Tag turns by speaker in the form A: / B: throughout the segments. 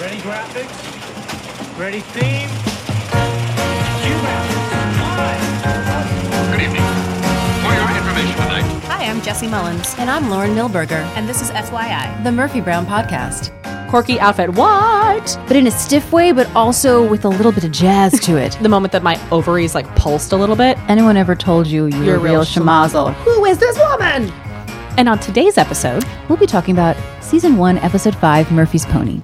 A: Ready graphics? Ready theme? Cue graphics. Live.
B: Good evening. For your information tonight,
C: Hi, I'm Jesse Mullins. And I'm Lauren Milberger. And this is FYI, the Murphy Brown Podcast.
D: quirky outfit. What?
E: but in a stiff way, but also with a little bit of jazz to it.
D: The moment that my ovaries like pulsed a little bit.
E: Anyone ever told you you're,
D: You're
E: a
D: a real
E: real schmozzle? Who is this woman?
D: And on today's episode,
E: We'll be talking about season one, episode five, Murphy's Pony.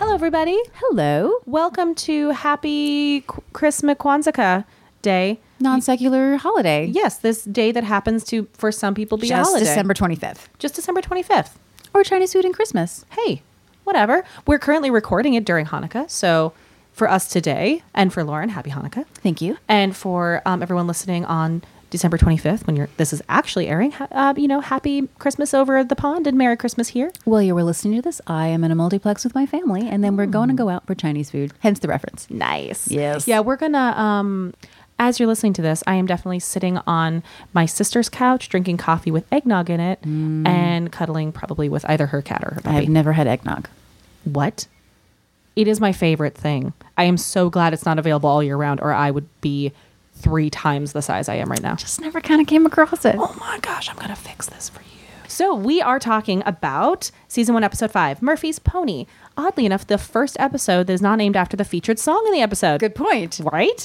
D: hello everybody.
E: Hello,
D: Welcome to Happy Qu- Christmas Kwanzaa Day.
E: non secular holiday.
D: Yes, this day that happens to for some people be a
E: just
D: holiday.
E: December 25th.
D: just December 25th.
E: Or Chinese food and Christmas.
D: Hey, whatever. We're currently recording it during Hanukkah, so for us today and for Lauren, happy Hanukkah.
E: Thank you.
D: And for um, everyone listening on December 25th, when you're, this is actually airing, ha- uh, you know, happy Christmas over the pond and Merry Christmas here.
E: Well, you were listening to this. I am in a multiplex with my family, and then we're going to go out for Chinese food, hence the reference.
D: Nice.
E: Yes.
D: Yeah, we're gonna. Um, as you're listening to this, I am definitely sitting on my sister's couch, drinking coffee with eggnog in it, and cuddling probably with either her cat or her puppy.
E: Mm. I've never had eggnog.
D: what? It is my favorite thing. I am so glad it's not available all year round, or I would be three times the size I am right now.
E: Just never kind of came across it.
D: Oh my gosh, I'm gonna fix this for you. So we are talking about season one, episode five, Murphy's Pony. Oddly enough, the first episode that is not named after the featured song in the episode.
E: Good point.
D: Right?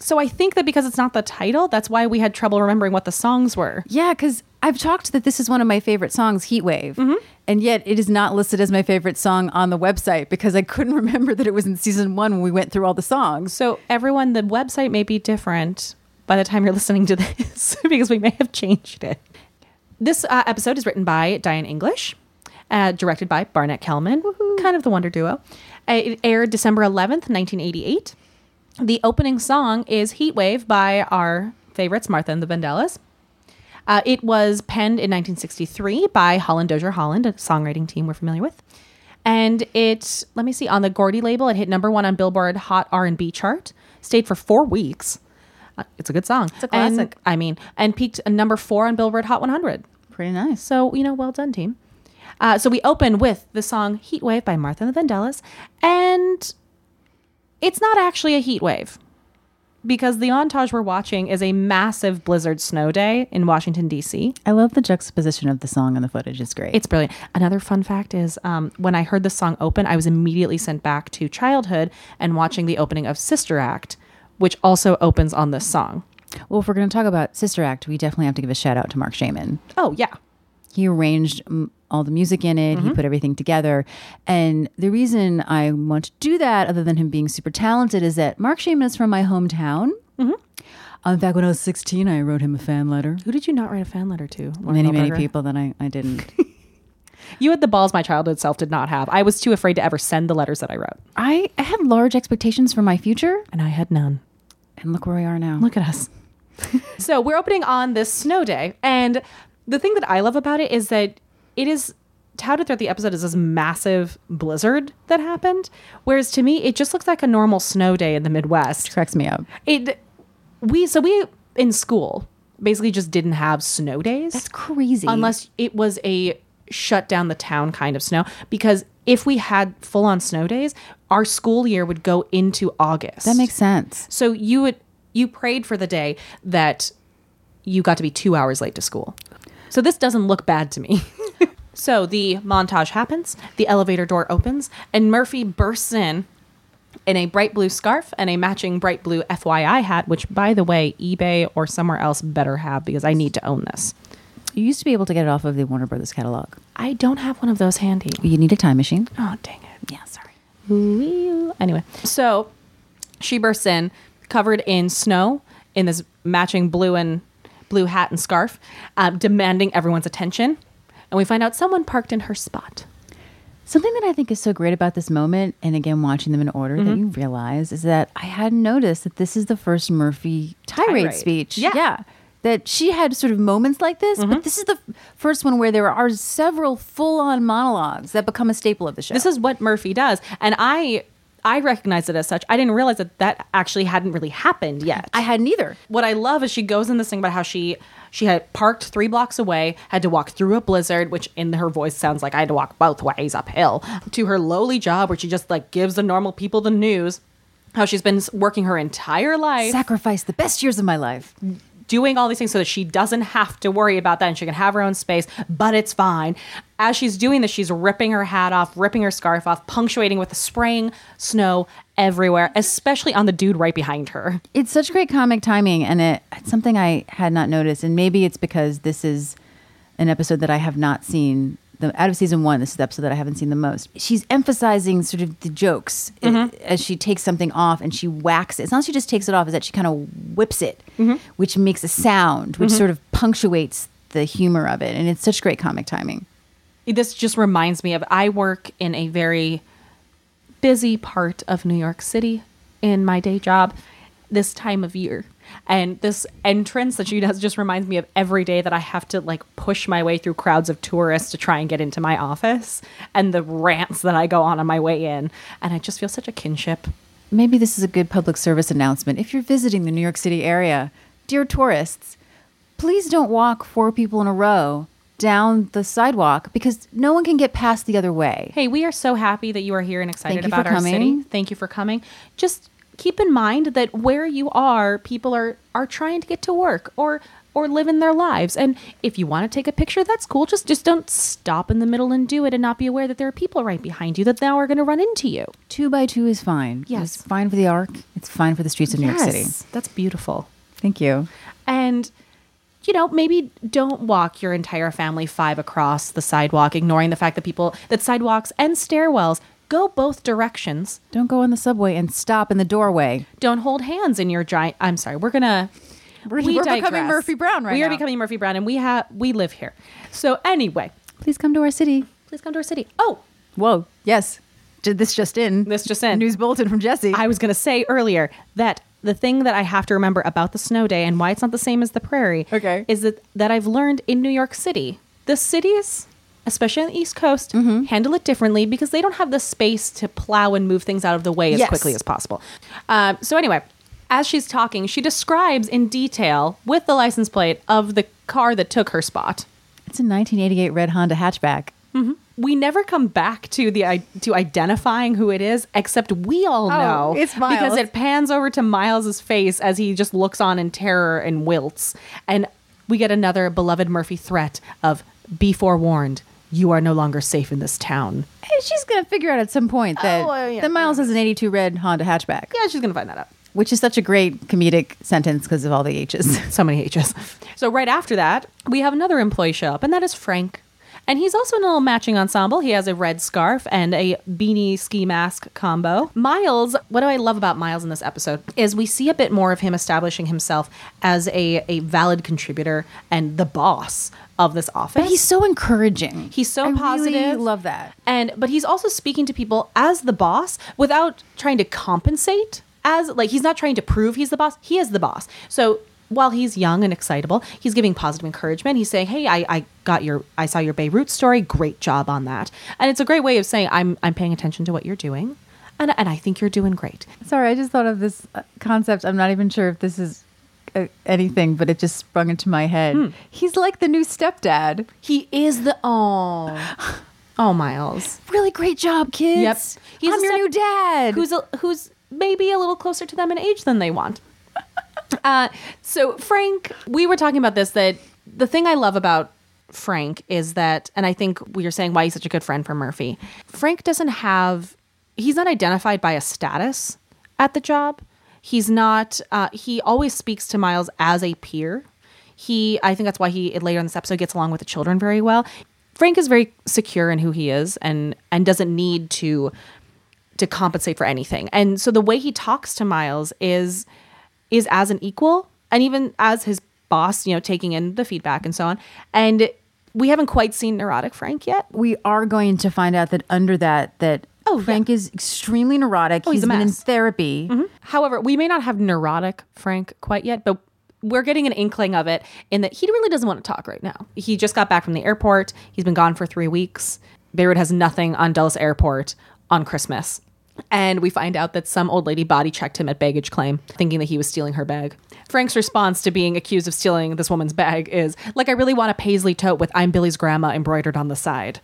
D: So I think that because it's not the title, that's why we had trouble remembering what the songs were.
E: Yeah, because I've talked that this is one of my favorite songs, Heat Wave. And yet it is not listed as my favorite song on the website because I couldn't remember that it was in season one when we went through all the songs.
D: So everyone, the website may be different by the time you're listening to this because we may have changed it. This uh, episode is written by Diane English, uh, directed by Barnett Kellman, kind of the Wonder Duo. Uh, it aired December 11th, 1988. The opening song is Heat Wave by our favorites, Martha and the Vandellas. Uh, it was penned in 1963 by Holland Dozier Holland, a songwriting team we're familiar with. And it, let me see, on the Gordy label, it hit number one on Billboard Hot R&B chart, stayed for four weeks. Uh, It's a good song. It's
E: a classic.
D: I mean, and peaked at number four on Billboard Hot 100.
E: Pretty nice.
D: So, you know, well done, team. Uh, so we open with the song Heat Wave by Martha and the Vandellas. And it's not actually a heat wave because the montage we're watching is a massive blizzard snow day in Washington, D.C.
E: I love the juxtaposition of the song and the footage. It's great.
D: It's brilliant. Another fun fact is um, when I heard the song open, I was immediately sent back to childhood and watching the opening of Sister Act, which also opens on this song.
E: well, if we're going to talk about Sister Act, we definitely have to give a shout out to Mark Shaman.
D: Oh, yeah.
E: he arranged mm, all the music in it. He put everything together. And the reason I want to do that, other than him being super talented, is that Mark Shaman is from my hometown. Uh, in fact, when I was 16, I wrote him a fan letter.
D: Who did you not write a fan letter to? Lauren
E: Many, many
D: Goldberger?
E: people that I, I didn't.
D: You had the balls my childhood self did not have. I was too afraid to ever send the letters that I wrote.
E: I, I had large expectations for my future.
D: And I had none.
E: And look where we are now.
D: Look at us. so we're opening on this snow day. And the thing that I love about it is that it is touted throughout the episode as this massive blizzard that happened. Whereas to me, it just looks like a normal snow day in the Midwest.
E: cracks me up.
D: It we so we in school basically just didn't have snow days.
E: That's crazy.
D: Unless it was a shut down the town kind of snow. Because if we had full on snow days, our school year would go into August.
E: that makes sense.
D: So you would you prayed for the day that you got to be two hours late to school. So this doesn't look bad to me. so the montage happens, the elevator door opens, and Murphy bursts in in a bright blue scarf and a matching bright blue FYI hat, which by the way, eBay or somewhere else better have because I need to own this.
E: You used to be able to get it off of the Warner Brothers catalog.
D: I don't have one of those handy.
E: You need a time machine.
D: Oh dang it.
E: Yeah, sorry.
D: Wee-oo. Anyway, so she bursts in, covered in snow, in this matching blue and blue hat and scarf, uh, demanding everyone's attention. And we find out someone parked in her spot.
E: Something that I think is so great about this moment, and again, watching them in order, that you realize is that I hadn't noticed that this is the first Murphy tirade,
D: Tirade.
E: speech.
D: Yeah.
E: That she had sort of moments like this, but this is the f- first one where there are several full on monologues that become a staple of the show.
D: This is what Murphy does, and I I recognized it as such. I didn't realize that that actually hadn't really happened yet.
E: I hadn't either.
D: what I love is she goes in this thing about how she she had parked three blocks away, had to walk through a blizzard, which in her voice sounds like I had to walk both ways uphill to her lowly job, where she just like gives the normal people the news. How she's been s- working her entire life,
E: Sacrificed the best years of my life.
D: doing all these things so that she doesn't have to worry about that and she can have her own space, but it's fine. As she's doing this, she's ripping her hat off, ripping her scarf off, punctuating with the spraying snow everywhere, especially on the dude right behind her.
E: It's such great comic timing, and it, it's something I had not noticed. And maybe it's because this is an episode that I have not seen. The, out of season one, this is the episode that I haven't seen the most. She's emphasizing sort of the jokes i- as she takes something off and she whacks it. It's not she just takes it off; is that she kind of whips it, which makes a sound, which sort of punctuates the humor of it. And it's such great comic timing.
D: this just reminds me of I work in a very busy part of New York City in my day job this time of year. And this entrance that she does just reminds me of every day that I have to like push my way through crowds of tourists to try and get into my office and the rants that I go on on my way in. And I just feel such a kinship.
E: Maybe this is a good public service announcement. If you're visiting the New York City area, dear tourists, please don't walk four people in a row down the sidewalk because no one can get past the other way.
D: Hey, we are so happy that you are here and excited
E: Thank you
D: about
E: for
D: our
E: coming.
D: city. Thank you for coming. Just keep in mind that where you are, people are are trying to get to work or or living their lives. And if you want to take a picture, that's cool. Just just don't stop in the middle and do it and not be aware that there are people right behind you that now are going to run into you.
E: Two by two is fine.
D: Yes.
E: It's fine for the arc, it's fine for the streets of New York City.
D: That's beautiful.
E: Thank you.
D: And you know, maybe don't walk your entire family five across the sidewalk, ignoring the fact that people that sidewalks and stairwells go both directions.
E: Don't go on the subway and stop in the doorway.
D: don't hold hands in your giant. I'm sorry. We're gonna.
E: We're-
D: we
E: we're becoming
D: digress.
E: Murphy Brown right
D: We are
E: now.
D: becoming Murphy Brown, and we have we live here. So anyway,
E: Please come to our city.
D: please come to our city. Oh,
E: Whoa. Yes. Ju- This just in.
D: This just in.
E: News bulletin from Jesse.
D: I was gonna say earlier that the thing that I have to remember about the snow day and why it's not the same as the prairie.
E: Okay.
D: Is that that I've learned in New York City, the cities. Especially on the East Coast,
E: Mm-hmm.
D: handle it differently because they don't have the space to plow and move things out of the way as
E: Yes.
D: quickly as possible. Um, so anyway, as she's talking, she describes in detail with the license plate of the car that took her spot.
E: it's a 1988 red Honda hatchback.
D: We never come back to the i- to identifying who it is, except we all know
E: Oh, it's Miles.
D: because it pans over to Miles's face as he just looks on in terror and wilts, and we get another beloved Murphy threat of "Be forewarned, you are no longer safe in this town."
E: Hey, she's gonna figure out at some point that
D: Oh, well, yeah.
E: that Miles has an '82 red Honda hatchback,
D: Yeah, she's gonna find that out.
E: which is such a great comedic sentence because of all the H's.
D: so many H's. So right after that, we have another employee show up, and that is Frank. And he's also in a little matching ensemble. He has a red scarf and a beanie ski mask combo. Miles, what do I love about Miles in this episode is we see a bit more of him establishing himself as a, a valid contributor and the boss of this office.
E: But he's so encouraging.
D: He's so
E: I really
D: positive.
E: love that.
D: And but he's also speaking to people as the boss without trying to compensate as like he's not trying to prove he's the boss. He is the boss. So while he's young and excitable, he's giving positive encouragement. He's saying, "Hey, I, I got your, I saw your Beirut story. Great job on that." And it's a great way of saying, "I'm, I'm paying attention to what you're doing, and, and I think you're doing great."
E: Sorry, I just thought of this uh, concept. I'm not even sure if this is uh, anything, but it just sprung into my head.
D: Hmm.
E: He's like the new stepdad.
D: He is the oh, oh Miles.
E: Really great job, kids.
D: He's
E: I'm
D: a
E: your
D: step-
E: new dad.
D: Who's a, who's maybe a little closer to them in age than they want. uh, so Frank, we were talking about this that the thing I love about Frank is that, and I think we were saying why he's such a good friend for Murphy. Frank doesn't have, he's not identified by a status at the job. He's not. Uh, he always speaks to Miles as a peer. He, I think that's why he later in this episode gets along with the children very well. Frank is very secure in who he is and and doesn't need to to compensate for anything. And so the way he talks to Miles is is as an equal and even as his boss, you know, taking in the feedback and so on. And we haven't quite seen neurotic Frank yet.
E: we are going to find out that under that that
D: Oh,
E: Frank is extremely neurotic.
D: he's a
E: been in
D: mess. Mm-hmm.
E: therapy.
D: However, we may not have neurotic Frank quite yet, but we're getting an inkling of it in that he really doesn't want to talk right now. He just got back from the airport. He's been gone for 3 weeks. Beirut has nothing on Dulles Airport on Christmas. And we find out that some old lady body checked him at baggage claim, thinking that he was stealing her bag. Frank's response to being accused of stealing this woman's bag is, like, I really want a paisley tote with I'm Billy's grandma embroidered on the side.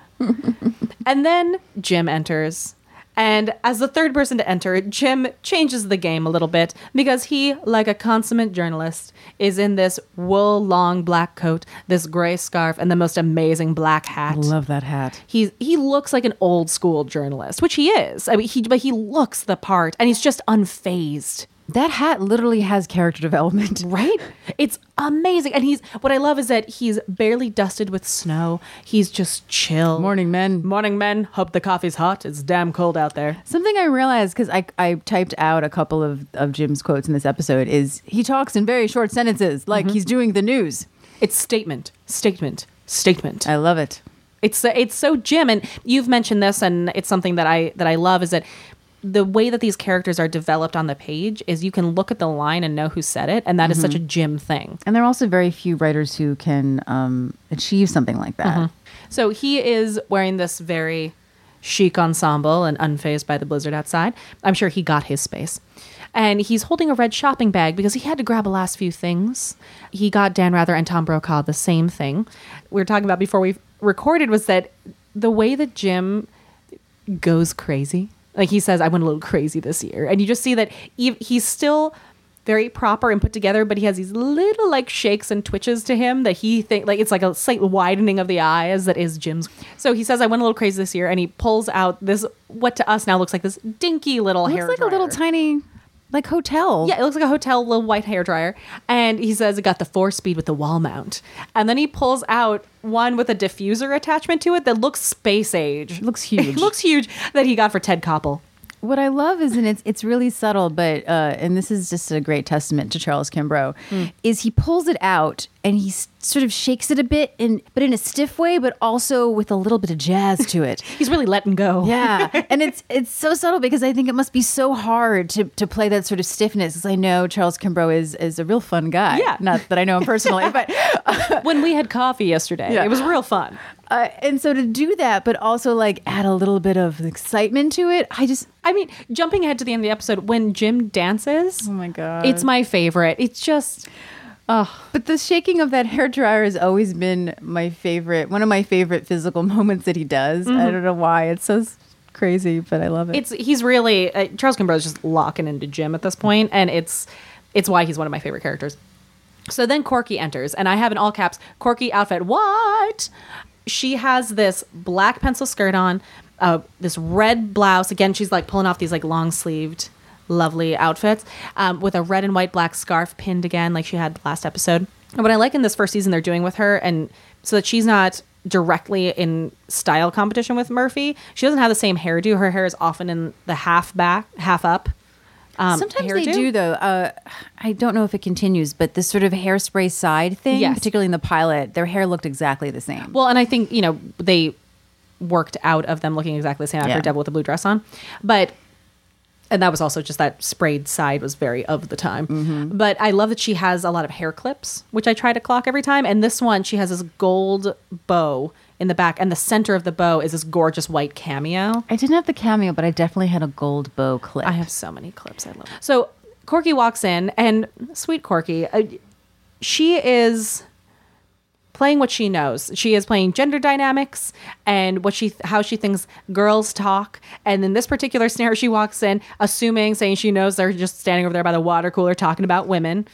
D: and then Jim enters. And as the third person to enter, Jim changes the game a little bit because he, like a consummate journalist, is in this wool long black coat, this gray scarf, and the most amazing black hat.
E: Love that hat.
D: He's he looks like an old school journalist, which he is. I mean, he but he looks the part, and he's just unfazed.
E: That hat literally has character development.
D: Right? It's amazing. And he's what I love is that he's barely dusted with snow. He's just chill.
E: Morning, men.
D: Morning, men. Hope the coffee's hot. It's damn cold out there.
E: Something I realized because I, I typed out a couple of, of Jim's quotes in this episode is he talks in very short sentences, like he's doing the news.
D: It's statement, statement, statement.
E: I love it.
D: It's so- it's so Jim, and you've mentioned this, and it's something that I that I love is that the way that these characters are developed on the page is you can look at the line and know who said it, and that is such a Jim thing.
E: And there are also very few writers who can um, achieve something like that.
D: So he is wearing this very chic ensemble and unfazed by the blizzard outside. I'm sure he got his space. And he's holding a red shopping bag because he had to grab a last few things. He got Dan Rather and Tom Brokaw the same thing. We were talking about before we recorded was that the way that Jim goes crazy. Like he says, I went a little crazy this year. And you just see that ev he's still very proper and put together, but he has these little like shakes and twitches to him that he think like it's like a slight widening of the eyes that is Jim's. So he says, I went a little crazy this year. And he pulls out this, what to us now looks like this dinky little
E: Looks
D: hair.
E: like a little
D: dryer.
E: tiny, like hotel.
D: Yeah, it looks like a hotel, little white hair dryer. And he says it got the four speed with the wall mount. And then he pulls out one with a diffuser attachment to it that looks space age.
E: Looks huge.
D: it looks huge that he got for Ted Koppel.
E: What I love is, and it's it's really subtle, but uh, and this is just a great testament to Charles Kimbrough,
D: Hmm.
E: is he pulls it out and he s- sort of shakes it a bit, and but in a stiff way, but also with a little bit of jazz to it.
D: He's really letting go.
E: Yeah, and it's it's so subtle because I think it must be so hard to to play that sort of stiffness. Because I know Charles Kimbrough is is a real fun guy.
D: Yeah.
E: not that I know him personally, but
D: When we had coffee yesterday,
E: Yeah.
D: it was real fun.
E: uh, and so to do that, but also like add a little bit of excitement to it. I just
D: I mean, jumping ahead to the end of the episode, when Jim dances, oh
E: my God.
D: it's my favorite. It's just
E: But the shaking of that hair dryer has always been my favorite, one of my favorite physical moments that he does. I don't know why. It's so s- crazy, but I love it.
D: Mm-hmm. it's he's really uh, Charles Kimbrough is just locking into Jim at this point, and it's it's why he's one of my favorite characters. So then Corky enters, and I have in all caps Corky outfit. What? She has this black pencil skirt on, uh, this red blouse. Again, she's like pulling off these like long sleeved, lovely outfits um, with a red and white black scarf pinned again, like she had last episode. And what I like in this first season they're doing with her, and so that she's not directly in style competition with Murphy, she doesn't have the same hairdo. Her hair is often in the half back, half up. Um,
E: Sometimes they
D: hairdo.
E: do, though. Uh, I don't know if it continues, but this sort of hairspray side thing,
D: Yes.
E: particularly in the pilot, their hair looked exactly the same.
D: Well, and I think you know they worked out of them looking exactly the same after
E: Yeah.
D: Devil with the Blue Dress on, but and that was also just that sprayed side was very of the time. But I love that she has a lot of hair clips, which I try to clock every time. And this one, she has this gold bow in the back, and the center of the bow is this gorgeous white cameo.
E: I didn't have the cameo, but I definitely had a gold bow clip.
D: I have so many clips. I love. So Corky walks in, and sweet Corky, uh, she is playing what she knows. She is playing gender dynamics and what she how she thinks girls talk. And in this particular scenario, she walks in assuming, saying she knows they're just standing over there by the water cooler talking about women.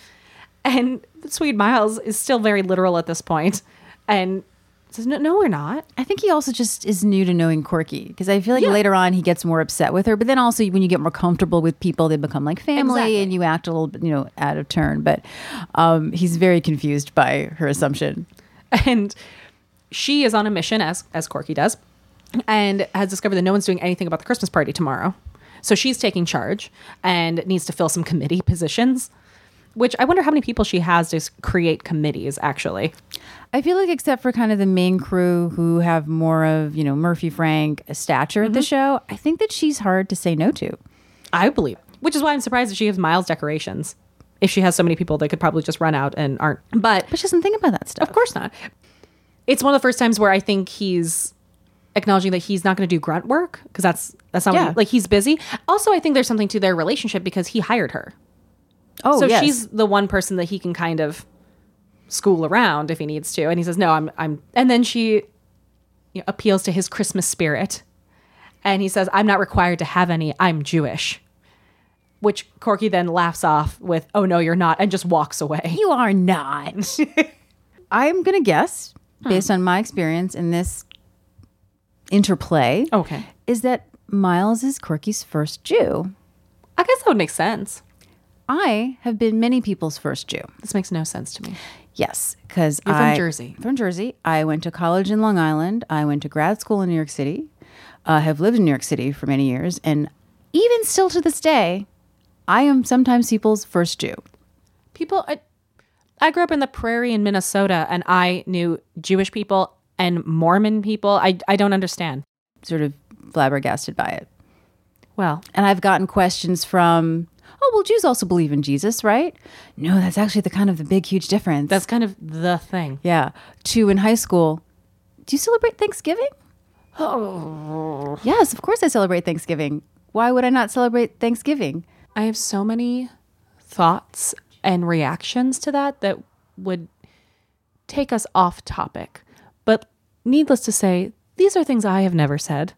D: And sweet Miles is still very literal at this point, and says, "No, no, we're not."
E: I think he also just is new to knowing Corky because I feel like
D: Yeah.
E: later on he gets more upset with her. But then also when you get more comfortable with people, they become like family,
D: Exactly.
E: and you act a little bit, you know, out of turn. But um, he's very confused by her assumption.
D: and she is on a mission as as Corky does, and has discovered that no one's doing anything about the Christmas party tomorrow. So she's taking charge and needs to fill some committee positions. Which I wonder how many people she has to s- create committees. Actually,
E: I feel like except for kind of the main crew who have more of you know Murphy Frank uh, stature at the show, I think that she's hard to say no to.
D: I believe. Which is why I'm surprised that she gives Miles decorations. If she has so many people, they could probably just run out and aren't. But
E: But she doesn't think about that stuff.
D: Of course not. It's one of the first times where I think he's acknowledging that he's not going to do grunt work because that's that's not
E: Yeah.
D: what, like he's busy. Also, I think there's something to their relationship because he hired her,
E: Oh,
D: so
E: yes.
D: she's the one person that he can kind of school around if he needs to. And he says, "No, I'm I'm." And then she you know, appeals to his Christmas spirit, and he says, "I'm not required to have any. I'm Jewish." Which Corky then laughs off with, "Oh no, you're not," and just walks away.
E: You are not. Hmm. I'm going to guess, based on my experience in this interplay,
D: Okay,
E: is that Miles is Corky's first Jew.
D: I guess that would make sense.
E: I have been many people's first Jew.
D: This makes no sense to me.
E: Yes, because
D: You're from
E: I,
D: Jersey.
E: From Jersey, I went to college in Long Island. I went to grad school in New York City. I have lived in New York City for many years, and even still to this day, I am sometimes people's first Jew.
D: people I, I grew up in the prairie in minnesota and i knew jewish people and mormon people i, I don't understand
E: Sort of flabbergasted by it,
D: well
E: and I've gotten questions from, "Oh, well, Jews also believe in Jesus, right?" No, that's actually the kind of the big, huge difference.
D: that's kind of the thing
E: yeah. To in high school, do you celebrate Thanksgiving? Oh, yes, of course I celebrate Thanksgiving. Why would I not celebrate Thanksgiving?
D: i have so many thoughts and reactions to that that would take us off topic but needless to say these are things i have never said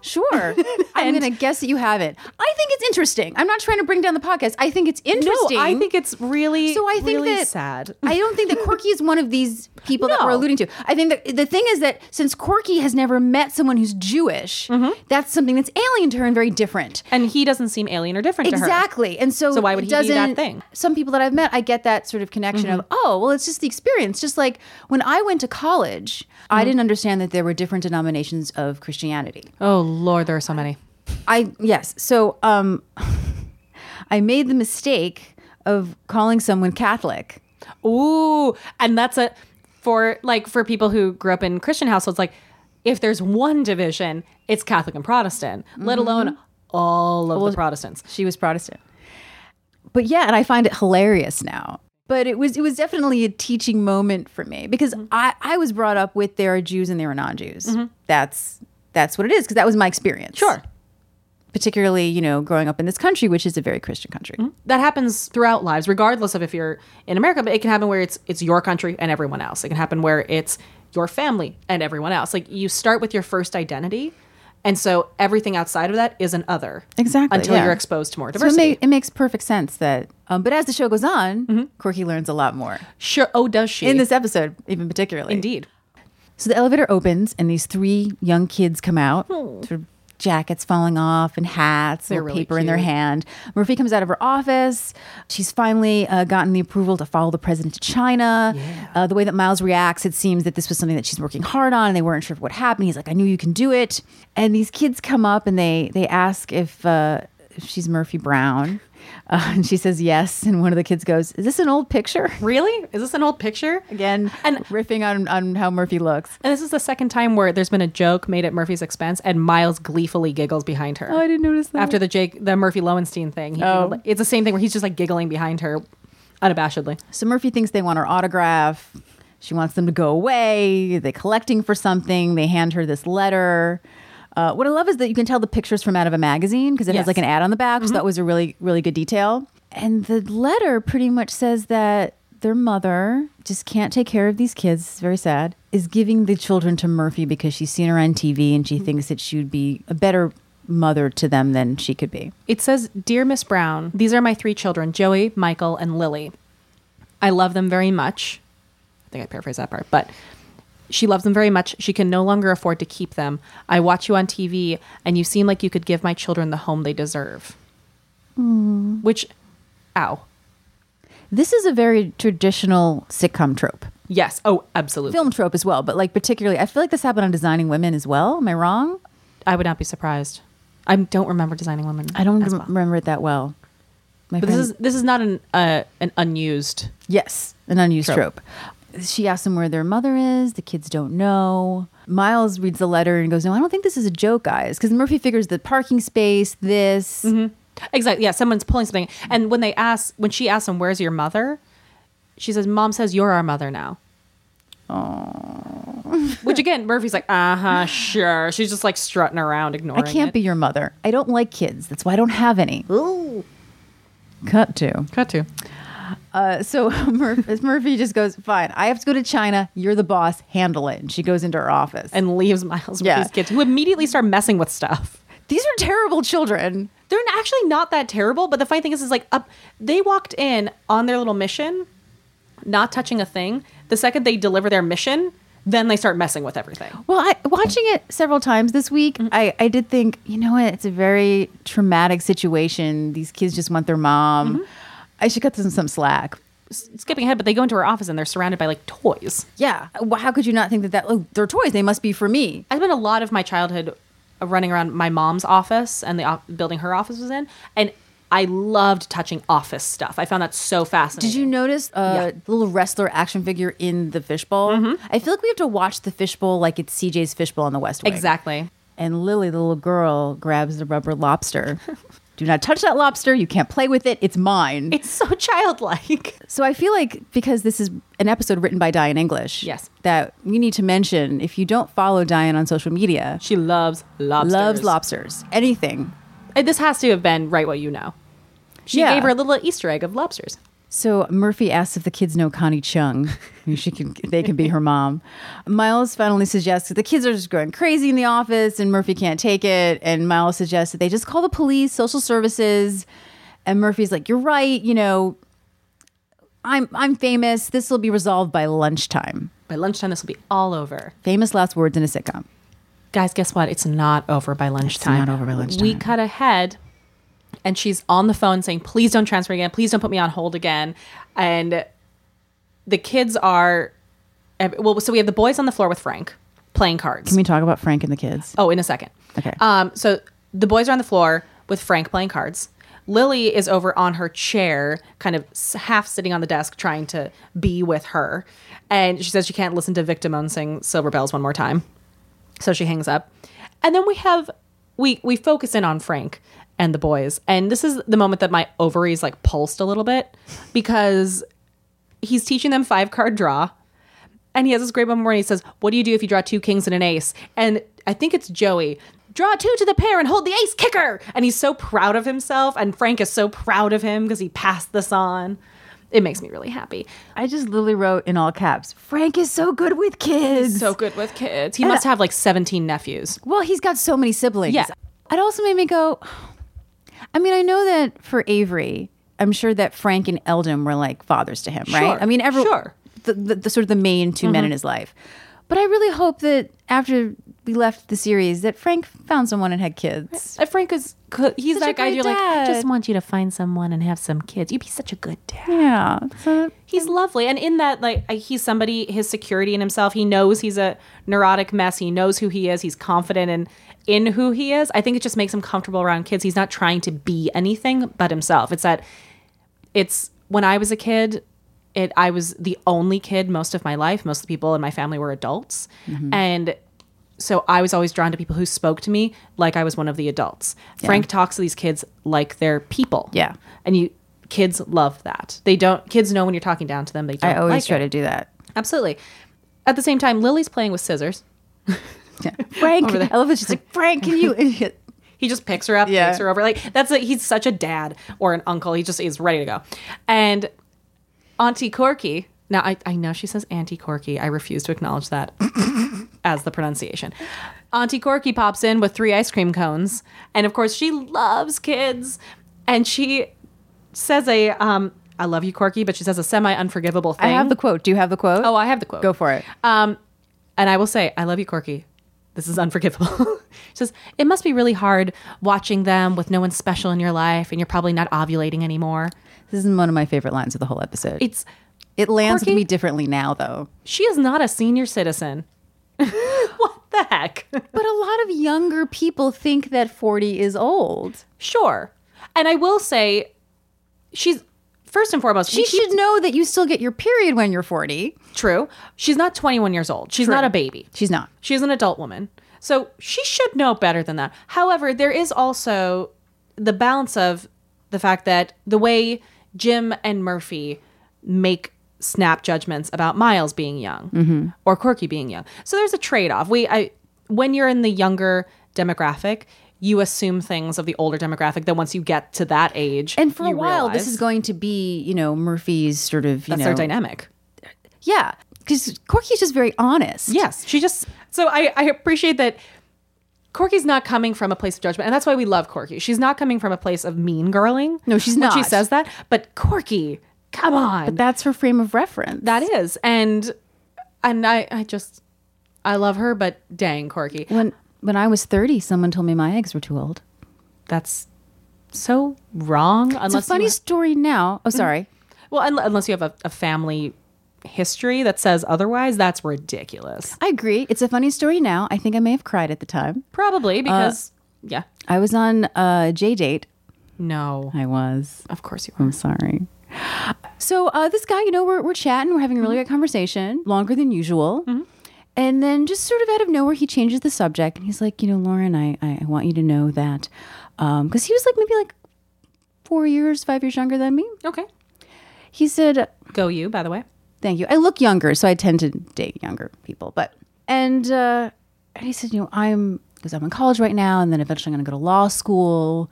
E: Sure. I'm going to guess that you have it. I think it's interesting. I'm not trying to bring down the podcast. I think it's interesting.
D: i think it's really
E: so. I think
D: really
E: that
D: sad
E: I don't think that Corky is one of these people that we're
D: No.
E: alluding to. I think that the thing is that since Corky has never met someone who's Jewish,
D: Mm-hmm.
E: that's something that's alien to her and very different.
D: and he doesn't seem alien or different to her
E: Exactly. And so,
D: So why would
E: it
D: he be that
E: doesn't-
D: thing? Mm-hmm.
E: Some people that I've met, I get that sort of connection of, oh, well, it's just the experience. Just like when I went to college,
D: Mm-hmm.
E: I didn't understand that there were different denominations of Christianity.
D: oh lord there are so many
E: I yes. So um I made the mistake of calling someone Catholic.
D: Ooh, and that's a for like for people who grew up in Christian households. Like, if there's one division, it's Catholic and Protestant. Let
E: Mm-hmm.
D: alone all of the Protestants.
E: She was Protestant. But yeah, and I find it hilarious now. But it was it was definitely a teaching moment for me because
D: Mm-hmm.
E: I I was brought up with there are Jews and there are non-Jews. That's that's what it is because that was my experience.
D: Sure,
E: Particularly, you know, growing up in this country which is a very Christian country.
D: that happens throughout lives, regardless of if you're in America. But it can happen where it's it's your country and everyone else. It can happen where it's your family and everyone else. Like you start with your first identity, and so everything outside of that is an other.
E: Exactly,
D: Until
E: yeah.
D: you're exposed to more
E: So it,
D: diversity. Mm-hmm.
E: ma- it makes perfect sense that um, but as the show goes on, Corky learns a lot more.
D: sure. Oh, does she?
E: In this episode, even particularly.
D: Indeed.
E: So the elevator opens, and these three young kids come out, sort of jackets falling off and hats, little
D: really
E: paper in their
D: cute.
E: hand. Murphy comes out of her office. She's finally uh, gotten the approval to follow the president to China. Uh, the way that Miles reacts, it seems that this was something that she's working hard on, and they weren't sure of what happened. He's like, "I knew you can do it." And these kids come up and they they ask if. Uh, if She's Murphy Brown. Uh, and she says yes. And one of the kids goes, Is this an old picture?
D: Really? Is this an old picture?
E: Again, and
D: And-
E: riffing on, on how Murphy looks.
D: And this is the second time where there's been a joke made at Murphy's expense, and Miles gleefully giggles behind her.
E: Oh, I didn't notice that.
D: After the Jake, the Murphy Lowenstein thing, he
E: Oh.
D: giggled- it's the same thing where he's just like giggling behind her, unabashedly.
E: So Murphy thinks they want her autograph. She wants them to go away. They're collecting for something. They hand her this letter. Uh, what I love is that you can tell the pictures from out of a magazine because it has
D: Yes.
E: like an ad on the back. So that was a really, really good detail. And the letter pretty much says that their mother just can't take care of these kids. It's very sad. Is giving the children to Murphy because she's seen her on TV and she thinks that she would be a better mother to them than she could be.
D: It says, "Dear Miss Brown, these are my three children: Joey, Michael, and Lily. I love them very much. I think I paraphrased that part, but." She loves them very much. She can no longer afford to keep them. I watch you on TV, and you seem like you could give my children the home they deserve.
E: Hmm.
D: Which, ow.
E: This is a very traditional sitcom trope.
D: Yes. Oh, absolutely.
E: film trope as well, but like particularly, I feel like this happened on Designing Women as well. Am I wrong?
D: I would not be surprised. I don't remember designing women.
E: I don't
D: as
E: rem-
D: well.
E: remember it that well. My
D: But this
E: friend-
D: is this is not an uh, an unused.
E: yes, an unused trope.
D: Trope.
E: She asks them where their mother is. The kids don't know. Miles reads the letter and goes, "No, I don't think this is a joke, guys." Because Murphy figures the parking space. This
D: Exactly. Yeah, someone's pulling something. And when they ask, when she asks them, "Where's your mother?" She says, "Mom says you're our mother now." Which again, Murphy's like, uh huh, sure. She's just like strutting around, ignoring.
E: I can't
D: it.
E: be your mother. I don't like kids. That's why I don't have any. Ooh. Cut to.
D: cut to.
E: Uh, so Murph- Murphy just goes, fine, I have to go to China. You're the boss. Handle it. And she goes into her office.
D: and leaves Miles with
E: Yeah.
D: these kids who immediately start messing with stuff.
E: these are terrible children.
D: They're actually not that terrible, but the funny thing is, is like up. They walked in on their little mission, not touching a thing. The second they deliver their mission, then they start messing with everything.
E: Well, I, watching it several times this week, I, I did think, you know what? It's a very traumatic situation. These kids just want their mom. I should cut them some slack.
D: S- Skipping ahead, but they go into her office and they're surrounded by like toys.
E: Yeah. Well, How could you not think that that, oh, they're toys. They must be for me.
D: I spent a lot of my childhood uh, running around my mom's office and the op- building her office was in, and I loved touching office stuff. I found that so fascinating.
E: Did you notice a
D: Yeah.
E: little wrestler action figure in the fishbowl? I feel like we have to watch the fishbowl like it's CJ's fishbowl on the West Wing.
D: exactly?
E: And Lily, the little girl, grabs the rubber lobster. Do not touch that lobster. You can't play with it. It's mine.
D: It's so childlike.
E: So I feel like because this is an episode written by Diane English,
D: Yes.
E: that we need to mention if you don't follow Diane on social media,
D: She loves lobsters.
E: loves lobsters, anything.
D: And this has to have been right what you know. She
E: Yeah.
D: gave her a little Easter egg of lobsters.
E: So Murphy asks if the kids know Connie Chung. and she can, they can be her mom. Miles finally suggests that the kids are just going crazy in the office, and Murphy can't take it. And Miles suggests that they just call the police, social services. And Murphy's like, "You're right. You know, I'm I'm famous. This will be resolved by lunchtime."
D: By lunchtime, this will be all over.
E: Famous last words in a sitcom.
D: Guys, guess what? It's not over by lunchtime.
E: not over by lunchtime.
D: We cut ahead, and she's on the phone saying, "Please don't transfer again. Please don't put me on hold again." And the kids are ev- well. So we have the boys on the floor with Frank playing cards.
E: Can we talk about Frank and the kids?
D: Oh, in a second.
E: Okay.
D: Um, so the boys are on the floor with Frank playing cards. Lily is over on her chair, kind of s- half sitting on the desk, trying to be with her. And she says she can't listen to Victimone sing Silver Bells one more time. So she hangs up. And then we have, we, we focus in on Frank and the boys. And this is the moment that my ovaries like pulsed a little bit because he's teaching them five card draw. And he has this great moment where he says, What do you do if you draw two kings and an ace? And I think it's Joey. Draw two to the pair and hold the ace kicker. And he's so proud of himself. And Frank is so proud of him because he passed this on. It makes me really happy.
E: I just literally wrote in all caps, Frank is so good with kids.
D: So good with kids. He must have like 17 nephews.
E: well, he's got so many siblings.
D: Yeah.
E: It also made me go, I mean, I know that for Avery, I'm sure that Frank and Eldon were like fathers to him, right?
D: Sure,
E: I mean, every,
D: sure.
E: the, the, the sort of the main 2 men in his life. But I really hope that after we left the series, that Frank found someone and had kids.
D: And Frank is, co- he's
E: Such a
D: that guy
E: great
D: you're like, I
E: dad.
D: just want you to find someone and have some kids. You'd be such a good dad.
E: Yeah. So
D: He's lovely. And in that, like, I- he's somebody, his security in himself. He knows he's a neurotic mess. He knows who he is. He's confident in, in who he is. I think it just makes him comfortable around kids. He's not trying to be anything but himself. It's that, it's when I was a kid, it I was the only kid most of my life. Most of the people in my family were adults.
E: Mm-hmm.
D: And so I was always drawn to people who spoke to me like I was one of the adults. Frank talks to these kids like they're people.
E: Yeah.
D: And you kids love that. They don't kids know when you're talking down to them. They don't
E: I always
D: like
E: try
D: it.
E: to do that.
D: Absolutely. At the same time, Lily's playing with scissors.
E: Frank, I love that she's like, Frank, can you?
D: He just picks her up,
E: Yeah.
D: takes her over. Like that's a, he's such a dad or an uncle. He just is ready to go. And Auntie Corky. Now I, I know she says Auntie Corky. I refuse to acknowledge that as the pronunciation. Auntie Corky pops in with three ice cream cones, and of course she loves kids, and she says a um I love you Corky, but she says a semi unforgivable thing.
E: I have the quote. Do you have the quote?
D: oh I have the quote.
E: Go for it.
D: Um, and I will say, I love you, Corky. This is unforgivable. she says, It must be really hard watching them with no one special in your life and you're probably not ovulating anymore.
E: This is one of my favorite lines of the whole episode.
D: It's,
E: it lands with
D: quirky.
E: me differently now, though.
D: she is not a senior citizen. what the heck?
E: But a lot of younger people think that 40 is old.
D: sure. And I will say, she's, first and foremost,
E: She should know that you still get your period when you're 40.
D: true. She's not 21 years old. She's not a baby.
E: She's not.
D: She's an adult woman. So she should know better than that. However, there is also the balance of the fact that the way Jim and Murphy make snap judgments about Miles being young
E: Mm-hmm.
D: or Corky being young. So there's a trade off. We, I, when you're in the younger demographic, you assume things of the older demographic. Then once you get to that age,
E: And for a
D: you
E: while,
D: realize
E: this is going to be, you know, Murphy's sort of, you
D: that's
E: know,
D: their dynamic.
E: Yeah, because Corky's just very honest.
D: Yes, she just. So I, I appreciate that. Corky's not coming from a place of judgment, and that's why we love Corky. She's not coming from a place of mean girling.
E: No, she's
D: when She
E: not.
D: says that, but Corky, come on,
E: that's her frame of reference.
D: that is, and and I, I just, I love her, but dang, Corky,
E: when when I was thirty, someone told me my eggs were too old.
D: that's so wrong. Unless
E: It's a funny
D: you
E: story now. Oh, sorry.
D: well, un- unless you have a, a family history that says otherwise, that's ridiculous.
E: I agree. It's a funny story now. I think I may have cried at the time.
D: Probably because, Uh, yeah,
E: I was on uh, J date.
D: no, Mm.
E: I was.
D: of course you are.
E: I'm sorry. So uh, this guy, you know, we're, we're chatting, we're having a really good conversation, longer than usual. And then just sort of out of nowhere, he changes the subject and he's like, you know, Lauren, I, I I want you to know that. Because he was like maybe like four years, five years younger than me.
D: Okay,
E: He said,
D: go you. By the way.
E: thank you. I look younger, so I tend to date younger people. But and uh, and he said, you know, I'm because I'm in college right now, and then eventually I'm going to go to law school.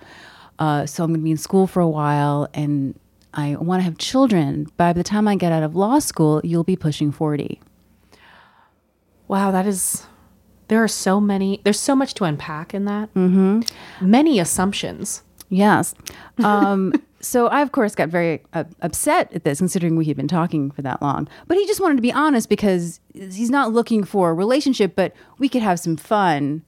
E: Uh, so I'm going to be in school for a while, and I want to have children. By the time I get out of law school, you'll be pushing forty.
D: Wow, that is. There are so many. There's so much to unpack in that. Mm-hmm. Many assumptions.
E: Yes. Um, so I, of course, got very uh, upset at this, considering we had been talking for that long. But he just wanted to be honest because he's not looking for a relationship, but we could have some fun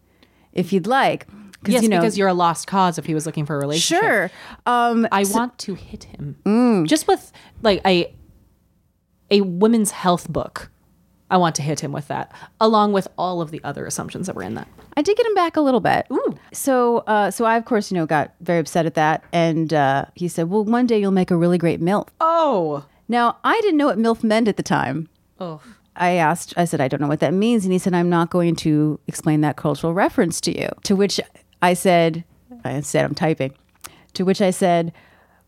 E: if you'd like.
D: Yes,
E: you know,
D: because you're a lost cause. If he was looking for a relationship,
E: sure. Um,
D: I want to hit him. Just with like a a women's health book. I want to hit him with that, along with all of the other assumptions that were in that.
E: I did get him back a little bit. So, uh, so I, of course, you know, got very upset at that, and uh, he said, "Well, one day you'll make a really great milf."
D: Oh,
E: Now, I didn't know what MILF meant at the time.
D: oh,
E: I asked, I said, I don't know what that means. And he said, I'm not going to explain that cultural reference to you. To which I said, I said, I'm typing. To which I said,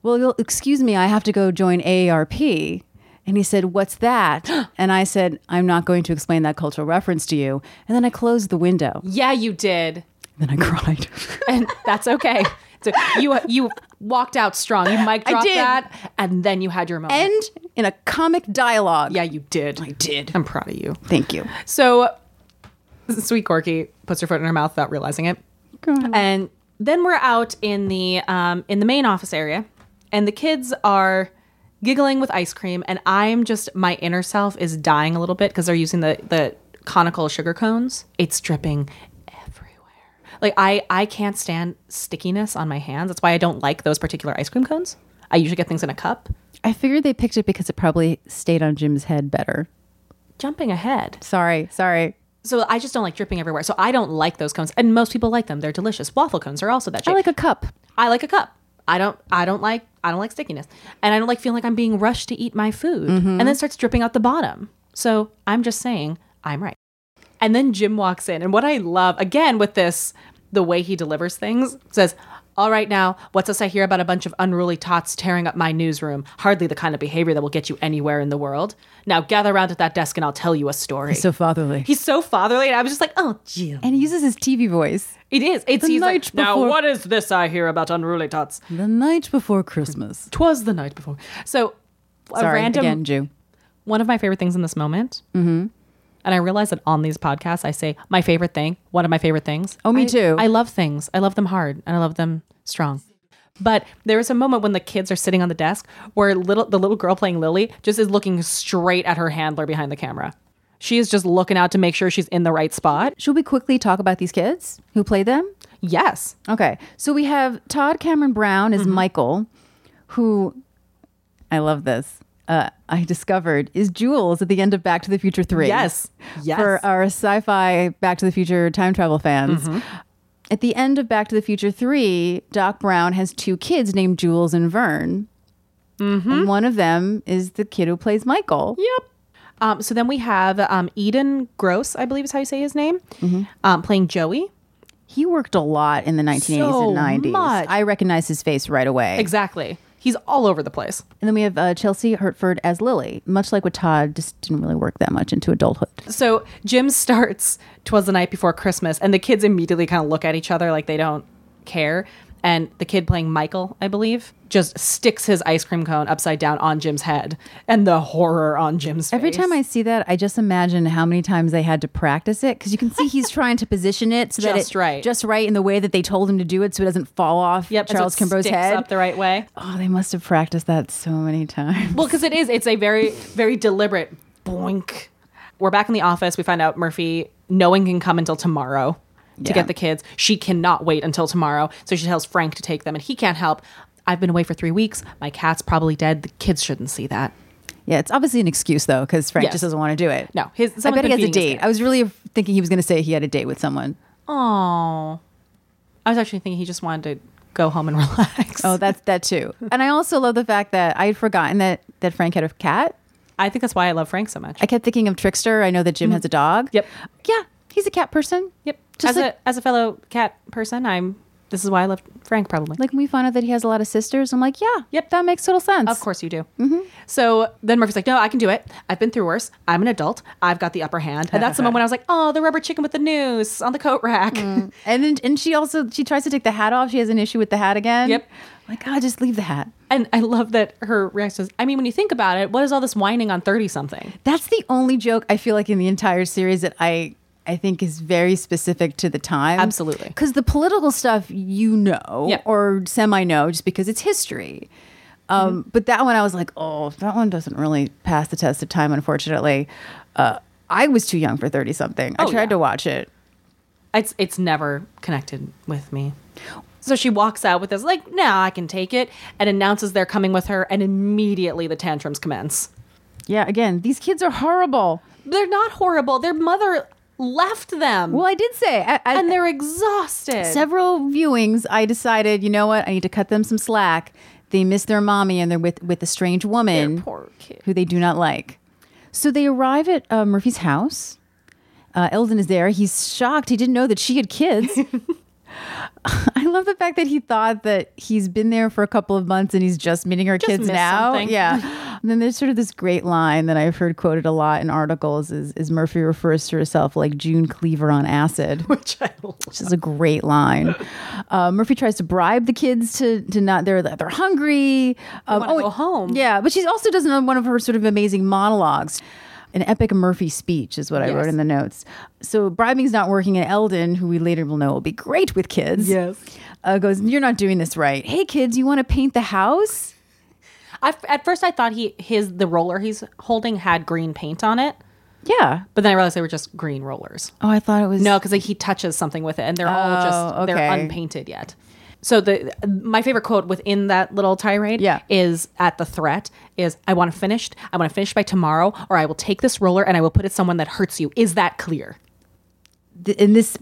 E: Well, you'll excuse me, I have to go join AARP. And he said, What's that? and I said, I'm not going to explain that cultural reference to you. And then I closed the window.
D: yeah, you did,
E: Then I cried.
D: and that's okay. So you you walked out strong. You mic dropped
E: did.
D: that, and then you had your moment.
E: and in a comic dialogue.
D: yeah, you did. I did. I'm proud of you.
E: Thank you.
D: So, sweet Corky puts her foot in her mouth without realizing it,
E: Mm-hmm.
D: and then we're out in the um, in the main office area, and the kids are giggling with ice cream, and I'm just my inner self is dying a little bit because they're using the the conical sugar cones. It's dripping everywhere. Like I I can't stand stickiness on my hands. That's why I don't like those particular ice cream cones. I usually get things in a cup.
E: I figured they picked it because it probably stayed on Jim's head better.
D: Jumping ahead.
E: Sorry, sorry.
D: So I just don't like dripping everywhere. So I don't like those cones, and most people like them. They're delicious. Waffle cones are also that
E: I
D: shape.
E: like a cup.
D: I like a cup. I don't. I don't like. I don't like stickiness, and I don't like feeling like I'm being rushed to eat my food,
E: Mm-hmm.
D: and then it starts dripping out the bottom. So I'm just saying I'm right. And then Jim walks in, and what I love again with this, the way he delivers things says. All right, now, what's this I hear about a bunch of unruly tots tearing up my newsroom? Hardly the kind of behavior that will get you anywhere in the world. Now gather round at that desk and I'll tell you a story.
E: So fatherly.
D: He's so fatherly, and I was just like, "Oh, Jim."
E: And he uses his TV voice.
D: It is. It's
E: The
D: he's like,
E: night
D: now.
E: before-
D: What is this I hear about unruly tots?
E: The night before Christmas.
D: Twas the night before. So, a
E: Sorry,
D: random
E: again, Jew.
D: one of my favorite things in this moment. Mm-hmm. And I realize that on these podcasts, I say my favorite thing, one of my favorite things.
E: Oh, me
D: I-
E: too.
D: I love things. I love them hard, and I love them strong. But there is a moment when the kids are sitting on the desk where little the little girl playing Lily just is looking straight at her handler behind the camera. She is just looking out to make sure she's in the right spot.
E: Should we quickly talk about these kids who play them?
D: Yes.
E: Okay. So we have Todd Cameron Brown
D: Mm-hmm.
E: as Michael, who I love this. Uh, I discovered is Jules at the end of Back to the Future 3.
D: Yes. Yes.
E: For our sci fi Back to the Future time travel fans.
D: Mm-hmm.
E: At the end of Back to the Future 3, Doc Brown has two kids named Jules and Vern.
D: Mm-hmm.
E: And one of them is the kid who plays Michael.
D: Yep. Um, so then we have um, Eden Gross, I believe is how you say his name,
E: Mm-hmm.
D: um, playing Joey.
E: He worked a lot in the 1980s
D: So
E: and 90s.
D: much.
E: I recognize his face right away.
D: Exactly. He's all over the place.
E: And then we have uh, Chelsea Hertford as Lily, much like with Todd, just didn't really work that much into adulthood.
D: So Jim starts "Twas the night before Christmas," and the kids immediately kind of look at each other like they don't care. And the kid playing Michael, I believe, just sticks his ice cream cone upside down on Jim's head, and the horror on Jim's
E: Every
D: face.
E: time I see that, I just imagine how many times they had to practice it because you can see he's trying to position it so that
D: Just
E: it-
D: right.
E: just right in the way that they told him to do it, so it doesn't fall off
D: yep, and so
E: Charles
D: it
E: Kimbrough's
D: sticks
E: head.
D: up the right way.
E: oh, they must have practiced that so many times.
D: Well, because it is. It's a very, very deliberate boink. We're back in the office. We find out Murphy, no one can come until tomorrow to
E: Yeah.
D: get the kids. She cannot wait until tomorrow. So she tells Frank to take them, and he can't help. I've been away for three weeks. My cat's probably dead. The kids shouldn't see that.
E: Yeah, it's obviously an excuse though because Frank
D: Yes.
E: just doesn't want to do it.
D: No, his-
E: I
D: someone's
E: bet he
D: been
E: has a
D: feeding his
E: date.
D: cat.
E: I was really thinking he was going to say he had a date with someone.
D: Oh. I was actually thinking he just wanted to go home and relax.
E: Oh, that's that too. and I also love the fact that I had forgotten that that Frank had a cat.
D: I think that's why I love Frank so much.
E: I kept thinking of Trickster. I know that Jim has a dog.
D: Mm-hmm. Yep.
E: Yeah, he's a cat person.
D: yep.
E: Just
D: as
E: like-
D: a as a fellow cat person, I'm. This is why I love Frank probably.
E: Like when we found out that he has a lot of sisters, I'm like, yeah,
D: Yep.
E: that makes total sense.
D: Of course you do. So then Murphy's like, no, I can do it. I've been through worse. I'm an adult. I've got the upper hand. And that's the moment I was like, oh, the rubber chicken with the noose on the coat rack.
E: And then and she also she tries to take the hat off. She has an issue with the hat again.
D: Yep.
E: I'm like, oh, just leave the hat.
D: And I love that her reaction is, I mean, when you think about it, what is all this whining on 30 something?
E: That's the only joke I feel like in the entire series that I I think is very specific to the time.
D: Absolutely.
E: Because the political stuff you know
D: Yeah.
E: or semi know just because it's history. Um,
D: Mm-hmm.
E: But that one I was like, oh, that one doesn't really pass the test of time, unfortunately. Uh, I was too young for 30 something. I
D: Oh,
E: tried
D: yeah.
E: to watch it.
D: It's, it's never connected with me. So she walks out with this, like, now I can take it, and announces they're coming with her. And immediately the tantrums commence.
E: Yeah, again, these kids are horrible.
D: They're not horrible. Their mother left them.
E: Well, I did say, I, I,
D: And they're exhausted.
E: several viewings, I decided, you know what, I need to cut them some slack. They miss their mommy and they're with, with a strange woman
D: They're poor kids.
E: who they do not like. So they arrive at uh, Murphy's house. Uh, Eldon is there. He's shocked. He didn't know that she had kids. I love the fact that he thought that he's been there for a couple of months and he's just meeting her kids
D: missed
E: now.
D: something.
E: Yeah. and then there's sort of this great line that I've heard quoted a lot in articles is, is Murphy refers to herself like June Cleaver on acid
D: Which I love.
E: which is a great line. Uh, Murphy tries to bribe the kids to to not they're they're hungry. Um,
D: wanna go home.
E: Yeah, but she also does another one of her sort of amazing monologues. An epic Murphy speech is what I wrote
D: Yes.
E: in the notes. So bribing's not working, and Eldon, who we later will know will be great with kids,
D: Yes.
E: uh, goes, "You're not doing this right. Hey, kids, you want to paint the house?
D: I, at first, I thought he his the roller he's holding had green paint on it,
E: Yeah.
D: but then I realized they were just green rollers.
E: Oh, I thought it was
D: No, because he touches something with it, and they're all just
E: Oh,
D: they're
E: okay.
D: unpainted yet. So the my favorite quote within that little tirade
E: Yeah.
D: is at the threat is I want to finished I want to finish by tomorrow or I will take this roller and I will put it someone that hurts you. Is that clear?
E: th- and this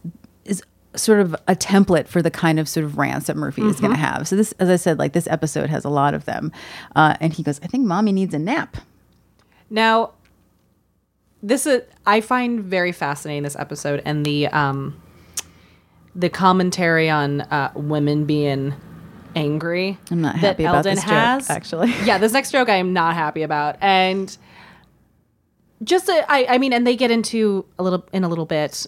E: is sort of a template for the kind of sort of rants that Murphy is going to have. So this, as I said, like this episode has a lot of them. Uh, and he goes, "I think mommy needs a nap."
D: Now, this is I find very fascinating this episode and the um, the commentary on uh, women being angry.
E: I'm not
D: that
E: happy about
D: Eldon
E: this joke,
D: has.
E: actually.
D: yeah, this next joke I am not happy about, and just uh, I I mean, and they get into a little in a little bit.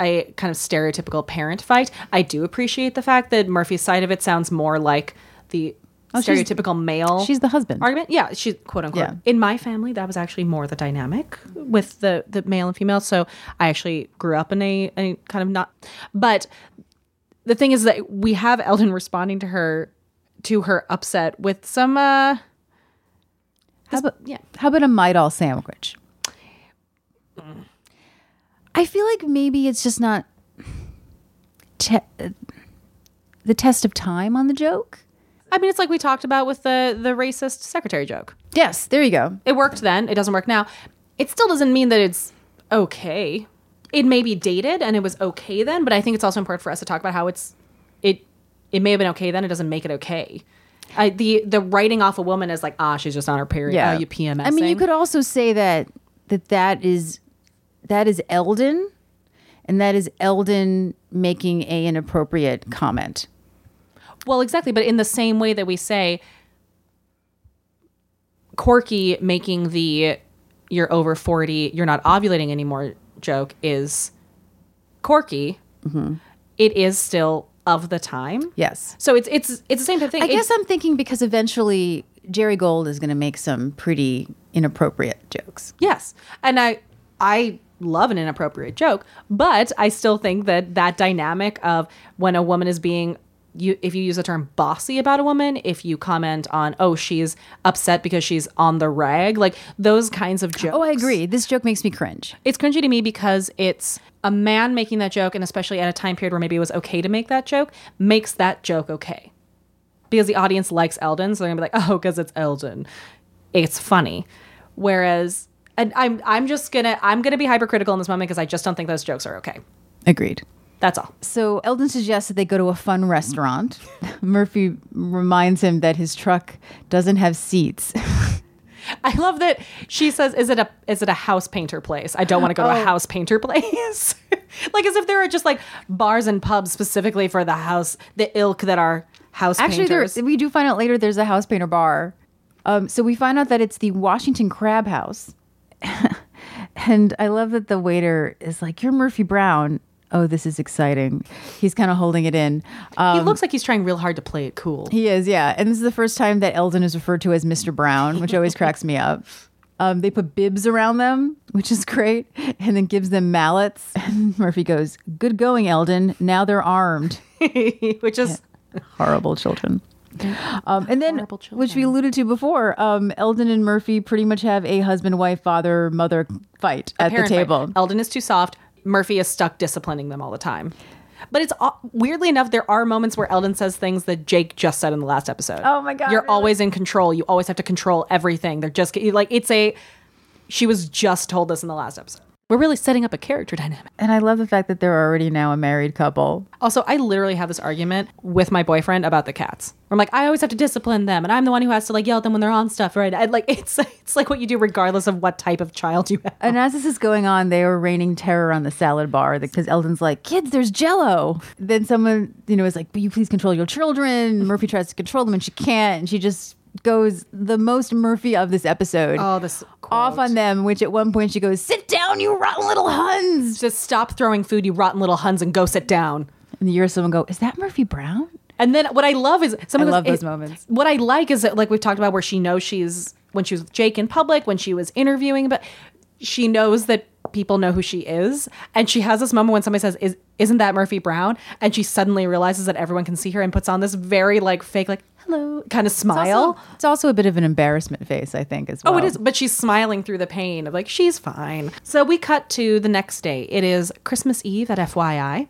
D: A kind of stereotypical parent fight. I do appreciate the fact that Murphy's side of it sounds more like the
E: Oh, she's-
D: stereotypical male
E: She's the husband.
D: argument. Yeah, she's quote unquote.
E: Yeah.
D: In my family, that was actually more the dynamic with the the male and female. So I actually grew up in a, a kind of not. But the thing is that we have Eldon responding to her to her upset with some. uh
E: How about,
D: yeah.
E: How about a Midol sandwich? I feel like maybe it's just not te- uh, the test of time on the joke.
D: I mean, it's like we talked about with the the racist secretary joke.
E: Yes, there you go.
D: It worked then. It doesn't work now. It still doesn't mean that it's okay. It may be dated and it was okay then, but I think it's also important for us to talk about how it's it it may have been okay then. It doesn't make it okay. I, the the writing off a woman is like ah she's just on her period. Yeah, oh, you PMS.
E: I mean, you could also say that that that is that is Eldon, and that is Eldon making a inappropriate comment.
D: well exactly, but in the same way that we say Corky making the you're over 40, you're not ovulating anymore joke is Corky.
E: Mm-hmm.
D: It is still of the time.
E: Yes.
D: So it's it's it's the same type of thing.
E: I
D: It-
E: guess I'm thinking because eventually Jerry Gold is going to make some pretty inappropriate jokes.
D: Yes, and I I love an inappropriate joke, but I still think that that dynamic of when a woman is being you if you use the term bossy about a woman, if you comment on oh she's upset because she's on the rag, like those kinds of jokes.
E: Oh, I agree. This joke makes me cringe.
D: It's cringy to me because it's a man making that joke, and especially at a time period where maybe it was okay to make that joke, makes that joke okay. Because the audience likes Eldon, so they're gonna be like, oh, because it's Eldon. It's funny. Whereas and I'm I'm just gonna I'm gonna be hypercritical in this moment because I just don't think those jokes are okay.
E: Agreed.
D: That's all.
E: So Eldon suggests that they go to a fun restaurant. Murphy reminds him that his truck doesn't have seats.
D: I love that she says, "Is it a is it a house painter place? I don't want to go to a
E: Oh.
D: house painter place." like as if there are just like bars and pubs specifically for the house the ilk that are house
E: Actually, there,
D: painters.
E: we do find out later there's a house painter bar. Um, so we find out that it's the Washington Crab House. and I love that the waiter is like, You're Murphy Brown. Oh, this is exciting. He's kind of holding it in. Um,
D: He looks like he's trying real hard to play it cool.
E: He is, yeah. And this is the first time that Eldon is referred to as Mr. Brown, which always cracks me up. Um, they put bibs around them, which is great, and then gives them mallets. And Murphy goes, Good going, Eldon. Now they're armed.
D: Which is
E: Horrible children. Um, and then,
D: Horrible
E: which we alluded to before, um, Eldon and Murphy pretty much have a husband, wife, father, mother fight at the
D: parent fight.
E: table.
D: Eldon is too soft. Murphy is stuck disciplining them all the time. But it's au- weirdly enough, there are moments where Eldon says things that Jake just said in the last episode.
E: Oh my God,
D: You're
E: really?
D: always in control. You always have to control everything. They're just like it's a. She was just told this in the last episode. We're really setting up a character dynamic.
E: And I love the fact that they're already now a married couple.
D: Also, I literally have this argument with my boyfriend about the cats. I'm like, I always have to discipline them, and I'm the one who has to like yell at them when they're on stuff, right? I, like it's it's like what you do regardless of what type of child you have.
E: And as this is going on, they are raining terror on the salad bar because Eldon's like, "Kids, there's Jello." Then someone, you know, is like, "Will you please control your children?" Murphy tries to control them, and she can't, and she just goes the most Murphy of this episode
D: Oh, this
E: off on them. Which at one point she goes, "Sit down, you rotten little Huns!"
D: Just stop throwing food, you rotten little Huns, and go sit down.
E: And you hear someone go, "Is that Murphy Brown?"
D: And then what I love is some
E: I
D: of
E: love
D: it-
E: those moments.
D: What I like is that, like we've talked about, where she knows she's when she was with Jake in public, when she was interviewing, but she knows that people know who she is, and she has this moment when somebody says, "Is isn't that Murphy Brown?" And she suddenly realizes that everyone can see her and puts on this very like fake like hello kind of
E: It's
D: smile.
E: also, it's also a bit of an embarrassment face, I think, as well.
D: Oh, it is. But she's smiling through the pain of like, she's fine. So we cut to the next day. It is Christmas Eve at FYI.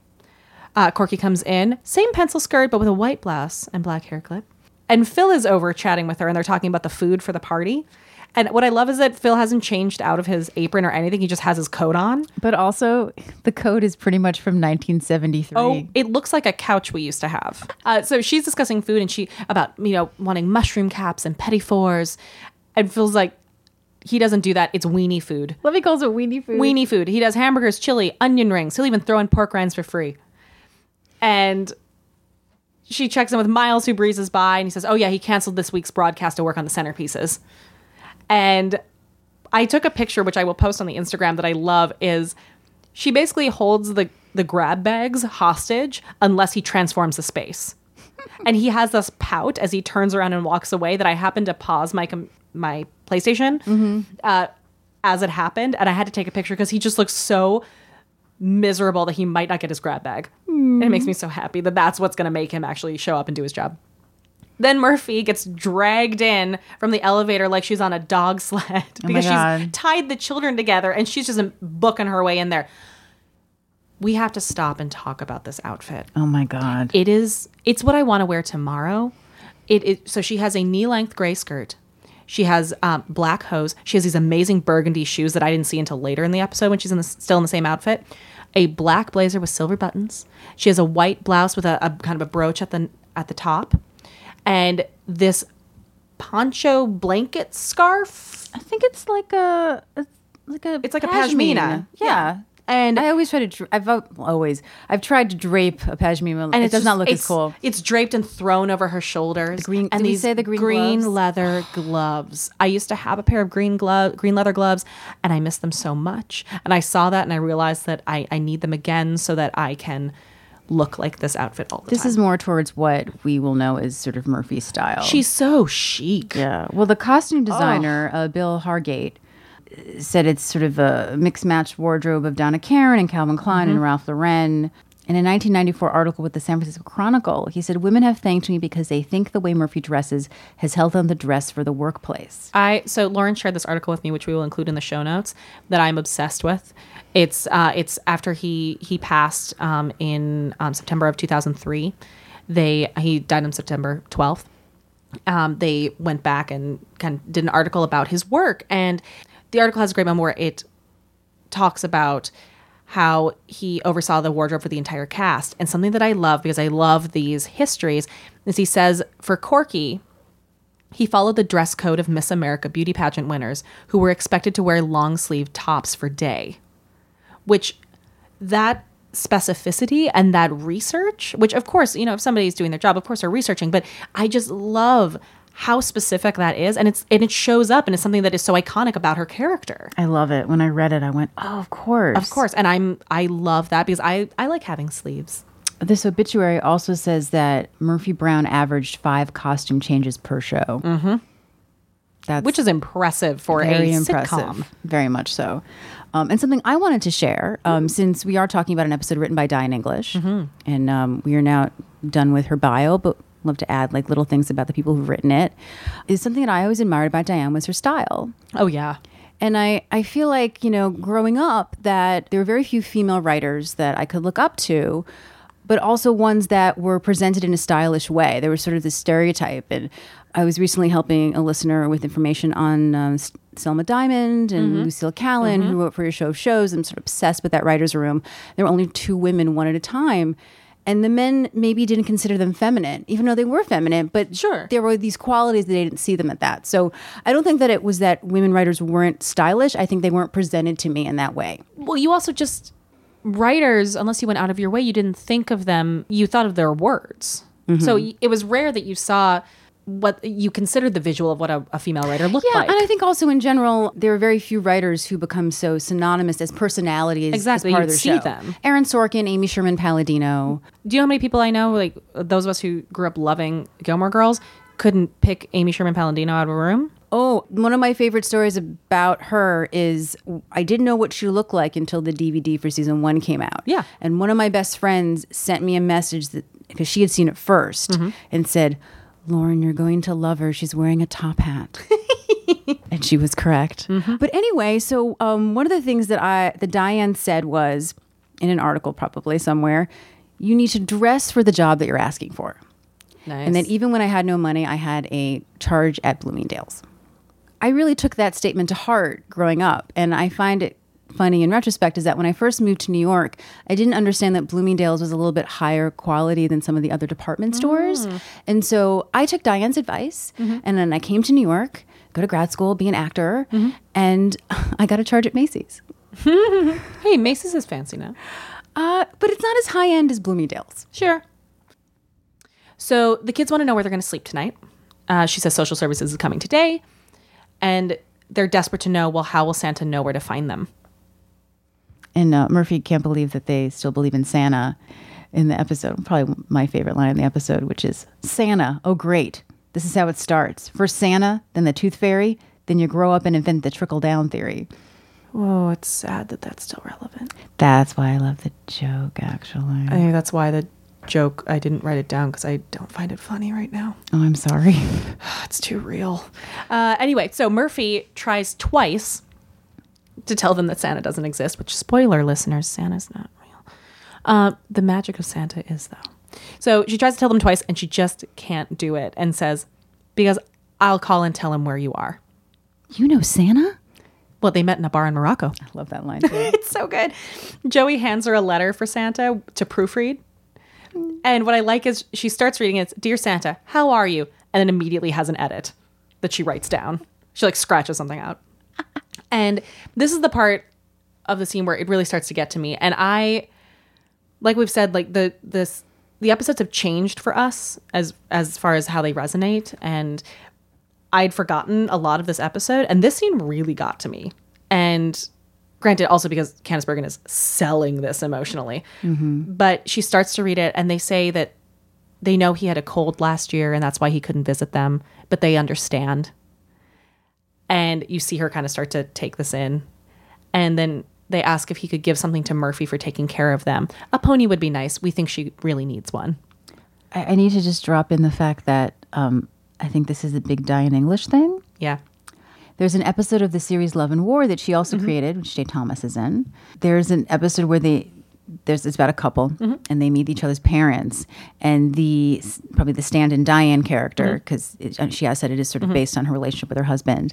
D: Uh, Corky comes in, same pencil skirt, but with a white blouse and black hair clip. And Phil is over chatting with her, and they're talking about the food for the party. And what I love is that Phil hasn't changed out of his apron or anything. He just has his coat on.
E: But also, the code is pretty much from 1973.
D: Oh, it looks like a couch we used to have. Uh, so she's discussing food and she about you know wanting mushroom caps and petty fours, and feels like he doesn't do that. It's weenie food.
E: Let me call it weenie food.
D: weenie food. He does hamburgers, chili, onion rings. He'll even throw in pork rinds for free. And she checks in with Miles, who breezes by, and he says, "Oh yeah, he canceled this week's broadcast to work on the centerpieces." And I took a picture, which I will post on the Instagram, that I love. Is she basically holds the the grab bags hostage unless he transforms the space and he has this pout as he turns around and walks away that I happened to pause my com- my PlayStation uh, as it happened, and I had to take a picture because he just looks so miserable that he might not get his grab bag. And it makes me so happy that that's what's going to make him actually show up and do his job. Then Murphy gets dragged in from the elevator like she's on a dog sled because she's
E: God.
D: tied the children together and she's just booking her way in there. We have to stop and talk about this outfit
E: Oh my god.
D: it is it's what i want to wear tomorrow it is so she has a knee-length gray skirt she has um, black hose she has these amazing burgundy shoes that i didn't see until later in the episode when she's in the, still in the same outfit a black blazer with silver buttons she has a white blouse with a, a kind of a brooch at the at the top and this poncho blanket scarf
E: I think it's like a, a like a
D: It's like a pashmina.
E: Yeah.
D: And
E: I always try to. dra- I've al- always. I've tried to drape a pashmina, and it
D: it's
E: does not
D: just-
E: look as
D: it's-
E: cool.
D: It's draped and thrown over her shoulders.
E: green- did
D: and
E: we
D: these
E: say the green gloves?
D: leather gloves. I used to have a pair of green glove, green leather gloves, and I miss them so much. And I saw that, and I realized that I, I need them again so that I can look like this outfit all the
E: This
D: time.
E: is more towards what we will know is sort of Murphy style.
D: she's so chic.
E: Yeah. uh, Well, the costume designer, uh, Bill Hargate, uh, said it's sort of a mixed match wardrobe of Donna Karen and Calvin Klein and Ralph Lauren. In a 1994 article with the San Francisco Chronicle, he said, Women have thanked me because they think the way Murphy dresses has helped them to dress for the workplace.
D: I so Lauren shared this article with me, which we will include in the show notes. That I'm obsessed with. It's uh, it's after he he passed um, in um, September of 2003. They he died on September 12th. Um, they went back and kind of did an article about his work, and the article has a great moment where it talks about how he oversaw the wardrobe for the entire cast. And something that I love because I love these histories is he says for Corky, he followed the dress code of Miss America beauty pageant winners who were expected to wear long sleeve tops for day, which that specificity and that research, which of course, you know, if somebody's doing their job, of course they're researching, but I just love how specific that is and it's and it shows up and it's something that is so iconic about her character.
E: I love it. When I read it, I went, oh, of course.
D: Of course. And I'm I love that because I I like having sleeves.
E: This obituary also says that Murphy Brown averaged five costume changes per show. Mm-hmm. That's
D: Which is impressive for
E: very
D: a
E: impressive,
D: sitcom.
E: very much so. Um, and something I wanted to share,
D: Mm.
E: um, since we are talking about an episode written by Diane English,
D: Mm-hmm.
E: and um, we are now done with her bio, but love to add like little things about the people who've written it, is something that I always admired about Diane was her style.
D: Oh yeah.
E: And I, I feel like, you know, growing up, that there were very few female writers that I could look up to, but also ones that were presented in a stylish way. There was sort of this stereotype. And I was recently helping a listener with information on um, S- Selma Diamond and Lucille Callan, who wrote for your show of shows. I'm sort of obsessed with that writer's room. There were only two women, one at a time. And the men maybe didn't consider them feminine, even though they were feminine, but
D: Sure.
E: there were these qualities that they didn't see them at that. So I don't think that it was that women writers weren't stylish. I think they weren't presented to me in that way.
D: well you also just writers unless you went out of your way you didn't think of them you thought of their words so y- it was rare that you saw what you considered the visual of what a, a female writer looked
E: Yeah,
D: like
E: and I think also in general, there are very few writers who become so synonymous as personalities. as
D: Exactly,
E: part
D: you
E: of their
D: see
E: show.
D: them.
E: Aaron Sorkin, Amy Sherman Palladino.
D: do you know how many people i know like those of us who grew up loving gilmore girls couldn't pick amy sherman palladino out of a room
E: Oh, one of my favorite stories about her is I didn't know what she looked like until the DVD for season one came out.
D: Yeah.
E: And one of my best friends sent me a message that because she had seen it 1st and said, Lauren, you're going to love her. She's wearing a top hat. and she was correct. But anyway, so um, one of the things that I that Diane said was in an article probably somewhere, you need to dress for the job that you're asking for.
D: nice
E: And then even when I had no money, I had a charge at Bloomingdale's. I really took that statement to heart growing up. And I find it funny in retrospect is that when I first moved to New York, I didn't understand that Bloomingdale's was a little bit higher quality than some of the other department stores. And so I took Diane's advice and then I came to New York, go to grad school, be an actor, and I got a charge at Macy's.
D: E, hey macy's is fancy now
E: Uh, but it's not as high end as Bloomingdale's.
D: Sure. So the kids want to know where they're going to sleep tonight. Uh, she says social services is coming today, and they're desperate to know. Well, how will Santa know where to find them?
E: And uh, Murphy can't believe that they still believe in Santa in the episode. Probably my favorite line in the episode, which is Santa, oh great. This is how it starts. First Santa, then the tooth fairy, then you grow up and invent the trickle down theory.
D: Oh, it's sad that that's still relevant.
E: That's why I love the joke, actually.
D: I think that's why the joke I didn't write it down because I don't find it funny right now.
E: oh, I'm sorry.
D: That's too real. Uh, anyway, so Murphy tries twice to tell them that Santa doesn't exist. Which spoiler, listeners, Santa's not real. Uh, the magic of Santa is though. So she tries to tell them twice, and she just can't do it, and says, "Because I'll call and tell him where you are."
E: you know Santa?
D: Well, they met in a bar in Morocco.
E: I love that line. Too.
D: It's so good. Joey hands her a letter for Santa to proofread. And what I like is she starts reading it, it's, Dear Santa, how are you? And then immediately has an edit that she writes down. She like scratches something out. And this is the part of the scene where it really starts to get to me. And I, like we've said, like the this the episodes have changed for us as as far as how they resonate. And I'd forgotten a lot of this episode, and this scene really got to me. And granted, also because Candice Bergen is selling this emotionally, but she starts to read it, and they say that they know he had a cold last year, and that's why he couldn't visit them, but they understand and you see her kind of start to take this in and then they ask if he could give something to murphy for taking care of them a pony would be nice we think she really needs one
E: I, I need to just drop in the fact that um, I think this is the big Diane English thing.
D: yeah
E: There's an episode of the series Love and War that she also created, which Jay Thomas is in. There's an episode where they there's it's about a couple and they meet each other's parents and the probably the stand-in Diane character because she has said it is sort of based on her relationship with her husband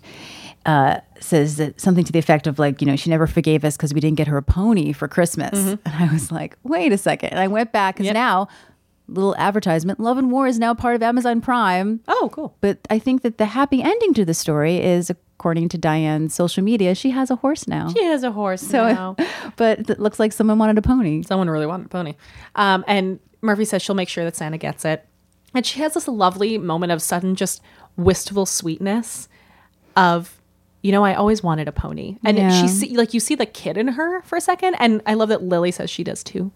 E: uh, says that something to the effect of like you know she never forgave us because we didn't get her a pony for Christmas and I was like wait a second and I went back because now little advertisement Love and War is now part of Amazon Prime
D: oh cool
E: but I think that the happy ending to the story is, according to Diane's social media, she has a horse now.
D: she has a horse
E: So, but it looks like someone wanted a pony.
D: someone really wanted a pony um, and murphy says she'll make sure that santa gets it and she has this lovely moment of sudden just wistful sweetness of you know i always wanted a pony and
E: Yeah.
D: she see, like you see the kid in her for a second and i love that lily says she does too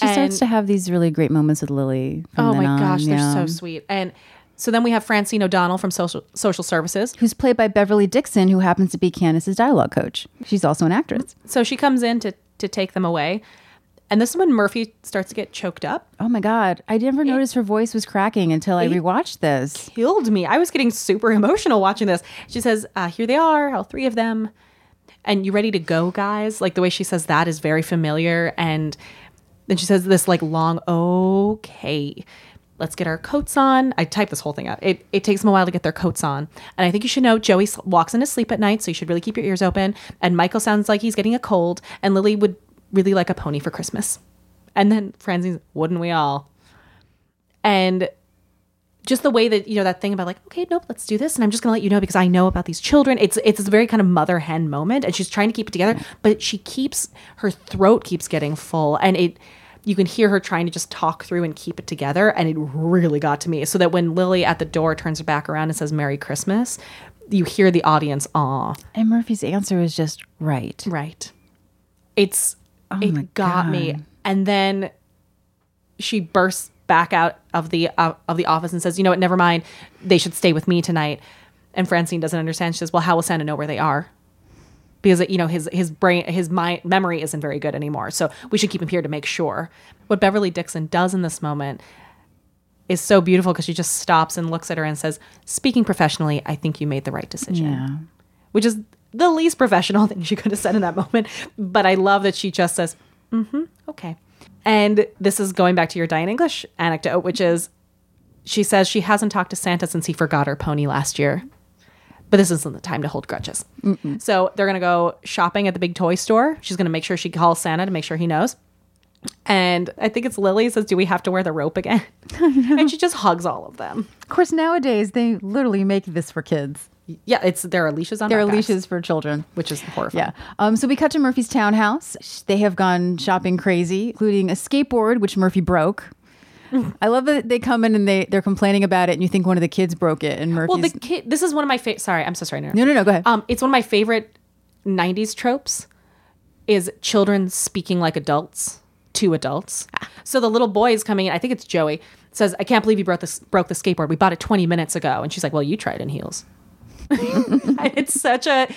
E: She
D: And-
E: starts to have these really great moments with Lily. from
D: Oh my
E: then on,
D: gosh,
E: yeah.
D: they're so sweet. And so then we have Francine O'Donnell from Social Social Services.
E: Who's played by Beverly Dixon, who happens to be Candace's dialogue coach. She's also an actress.
D: So she comes in to to take them away. And this is when Murphy starts to get choked up.
E: Oh my God. I never noticed her voice was cracking until I rewatched this.
D: Killed me. I was getting super emotional watching this. She says, uh, "Here they are, all three of them." And you ready to go, guys? Like the way she says that is very familiar. And then she says this like long, okay, let's get our coats on. I typed this whole thing out. It, it takes them a while to get their coats on. And I think you should know Joey s- walks in his sleep at night, so you should really keep your ears open. And Michael sounds like he's getting a cold. And Lily would really like a pony for Christmas. And then Francine, wouldn't we all? And just the way that you know that thing about like okay nope let's do this and i'm just going to let you know because i know about these children it's it's this very kind of mother hen moment and she's trying to keep it together but she keeps her throat keeps getting full and it you can hear her trying to just talk through and keep it together and it really got to me so that when lily at the door turns her back around and says merry christmas you hear the audience ah
E: And Murphy's answer is just right. Oh
D: Right. It's
E: my
D: it got me. And then she bursts back out of the uh, of the office and says, "You know what? Never mind. They should stay with me tonight." And Francine doesn't understand. She says, "Well, how will Santa know where they are?" Because you know his his brain his mind memory isn't very good anymore. So we should keep him here to make sure. What Beverly Dixon does in this moment is so beautiful because she just stops and looks at her and says, "Speaking professionally, I think you made the right decision."
E: Yeah.
D: which is the least professional thing she could have said in that moment. But I love that she just says, mm-hmm, okay. And this is going back to your Diane English anecdote, which is she says she hasn't talked to Santa since he forgot her pony last year. But this isn't the time to hold grudges. So they're going to go shopping at the big toy store. She's going to make sure she calls Santa to make sure he knows. And I think it's Lily says, Do we have to wear the rope again? and she just hugs all of them.
E: Of course, nowadays, they literally make this for kids.
D: Yeah, it's there are leashes on
E: There
D: our
E: are
D: backs,
E: leashes for children.
D: which is horrifying.
E: Yeah. Um, so we cut to Murphy's townhouse. Sh- They have gone shopping crazy, including a skateboard, which Murphy broke. I love that they come in and they they're complaining about it, and you think one of the kids broke it, and Murphy's.
D: Well, the kid. This is one of my favorite. Sorry, I'm so sorry.
E: no, no, no. Go ahead.
D: Um, it's one of my favorite '90s tropes. Is children speaking like adults to adults?
E: Ah.
D: So the little boy is coming in. I think it's Joey. Says, "I can't believe you broke this broke the skateboard. We bought it 20 minutes ago." And she's like, "Well, you tried in heels." it's such a.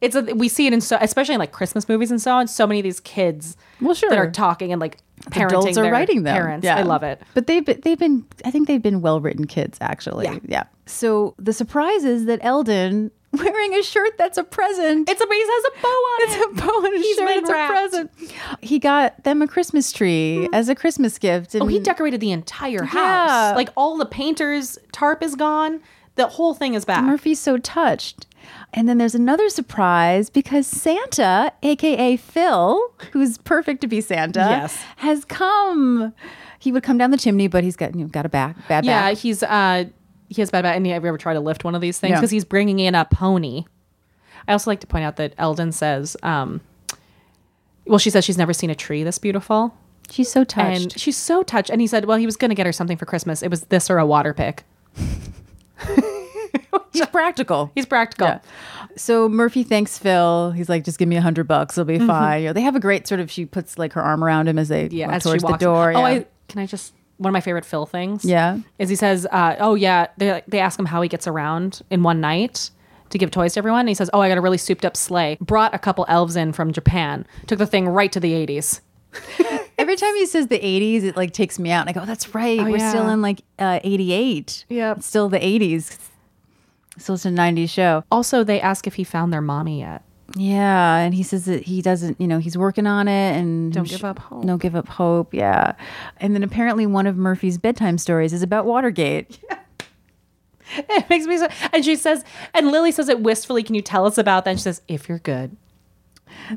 D: It's a. We see it in so, especially in like Christmas movies and so on. So many of these kids,
E: Well, sure.
D: that are talking and like parenting
E: Adults are
D: their
E: writing them.
D: Parents,
E: Yeah.
D: I love it.
E: But they've been, they've been I think they've been well written kids actually.
D: Yeah.
E: So the surprise is that Eldon wearing a shirt that's a present.
D: It's a. He has a bow on it.
E: It's a bow and a
D: He's
E: shirt.
D: been
E: It's a
D: wrapped. Hmm.
E: present. He got them a Christmas tree as a Christmas gift.
D: Oh, he
E: and-
D: decorated the entire house.
E: Mm. Yeah.
D: Like all the painters, tarp is gone. The whole thing is back.
E: Murphy's so touched. And then there's another surprise because Santa, aka Phil, who's perfect to be Santa,
D: Yes.
E: has come. He would come down the chimney, but he's got you know, got a back bad
D: yeah,
E: back.
D: he's uh he has bad back. And have you ever tried to lift one of these things?
E: Yeah.
D: Because he's bringing in a pony. I also like to point out that Eldon says, um, Well, she says she's never seen a tree this beautiful.
E: She's so touched.
D: And she's so touched. And he said, well, he was going to get her something for Christmas. It was this or a water pick.
E: He's practical.
D: He's practical.
E: Yeah. So Murphy thanks Phil. He's like, just give me a hundred bucks. It'll be fine. You know, they have a great sort of, she puts like her arm around him as they
D: Mm-hmm. yeah,
E: walk
D: as
E: towards
D: she
E: the
D: walks.
E: door.
D: Oh,
E: yeah.
D: I, can I just one of my favorite Phil things?
E: Yeah.
D: is he says, uh, "Oh yeah," they like, they ask him how he gets around in one night to give toys to everyone. And he says, "Oh, I got a really souped up sleigh. Brought a couple elves in from Japan. Took the thing right to the '80s."
E: Every time he says the 80s, it like takes me out. And I go, oh, that's right. We're
D: yeah.
E: still in like uh, 88.
D: Yep.
E: It's still the 80s. Still it's a 90s show.
D: Also, they ask if he found their mommy yet.
E: Yeah, and he says that he doesn't, you know, he's working on it and
D: Don't give up hope.
E: No, give up hope. Yeah, and then apparently one of Murphy's bedtime stories is about Watergate.
D: It makes me so. And she says, and Lily says it wistfully. Can you tell us about that? And she says, "If you're good."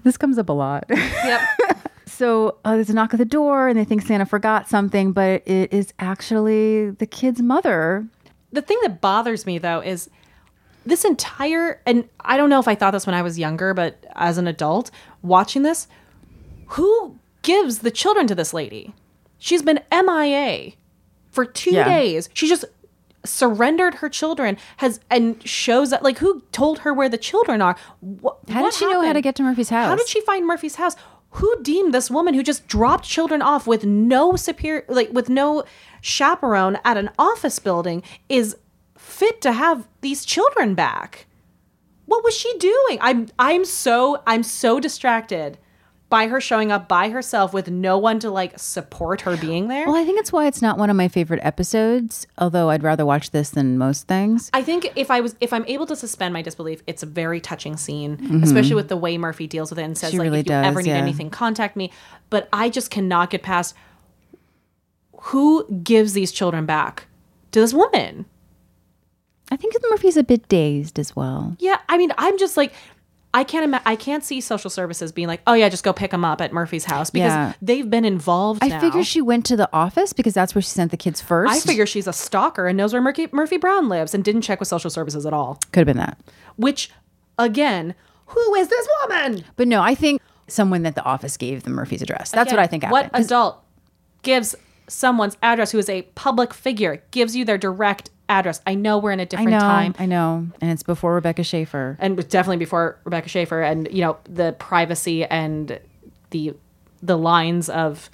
E: This comes up a lot.
D: Yep.
E: so uh, there's a knock at the door, and they think Santa forgot something, but it is actually the kid's mother.
D: the thing that bothers me though is this entire and I don't know if I thought this when I was younger, but as an adult watching this, who gives the children to this lady? She's been MIA for 2
E: Yeah.
D: days. She just surrendered her children has and shows that like who told her where the children are? What,
E: How did she know how to get to Murphy's house?
D: How did she find Murphy's house? Who deemed this woman who just dropped children off with no superior, like with no chaperone at an office building, is fit to have these children back? What was she doing? I'm I'm so I'm so distracted by her showing up by herself with no one to like support her being there.
E: Well, I think it's why it's not one of my favorite episodes. Although I'd rather watch this than most things.
D: I think if I was if I'm able to suspend my disbelief, it's a very touching scene, especially with the way Murphy deals with it and says
E: Mm-hmm. She
D: like
E: really
D: if you
E: does,
D: ever need
E: yeah.
D: anything, contact me. But I just cannot get past who gives these children back to this woman.
E: I think Murphy's a bit dazed as well.
D: Yeah, I mean, I'm just like I can't ima- I can't see social services being like, "Oh yeah, just go pick them up at Murphy's house" because
E: Yeah.
D: they've been involved
E: I
D: now.
E: figure she went to the office because that's where she sent the kids first.
D: I figure she's a stalker and knows where Murphy, Murphy Brown lives and didn't check with social services at all.
E: could have been that.
D: Which, again, who is this woman?
E: But no, I think someone at the office gave them Murphy's address. That's what I think
D: What
E: happened. 'Cause
D: adult gives someone's address who is a public figure gives you their direct address? I know we're in a
E: I
D: different
E: know,
D: time.
E: I know, and it's before Rebecca Schaefer.
D: And was definitely before Rebecca Schaefer and you know the privacy and the the lines of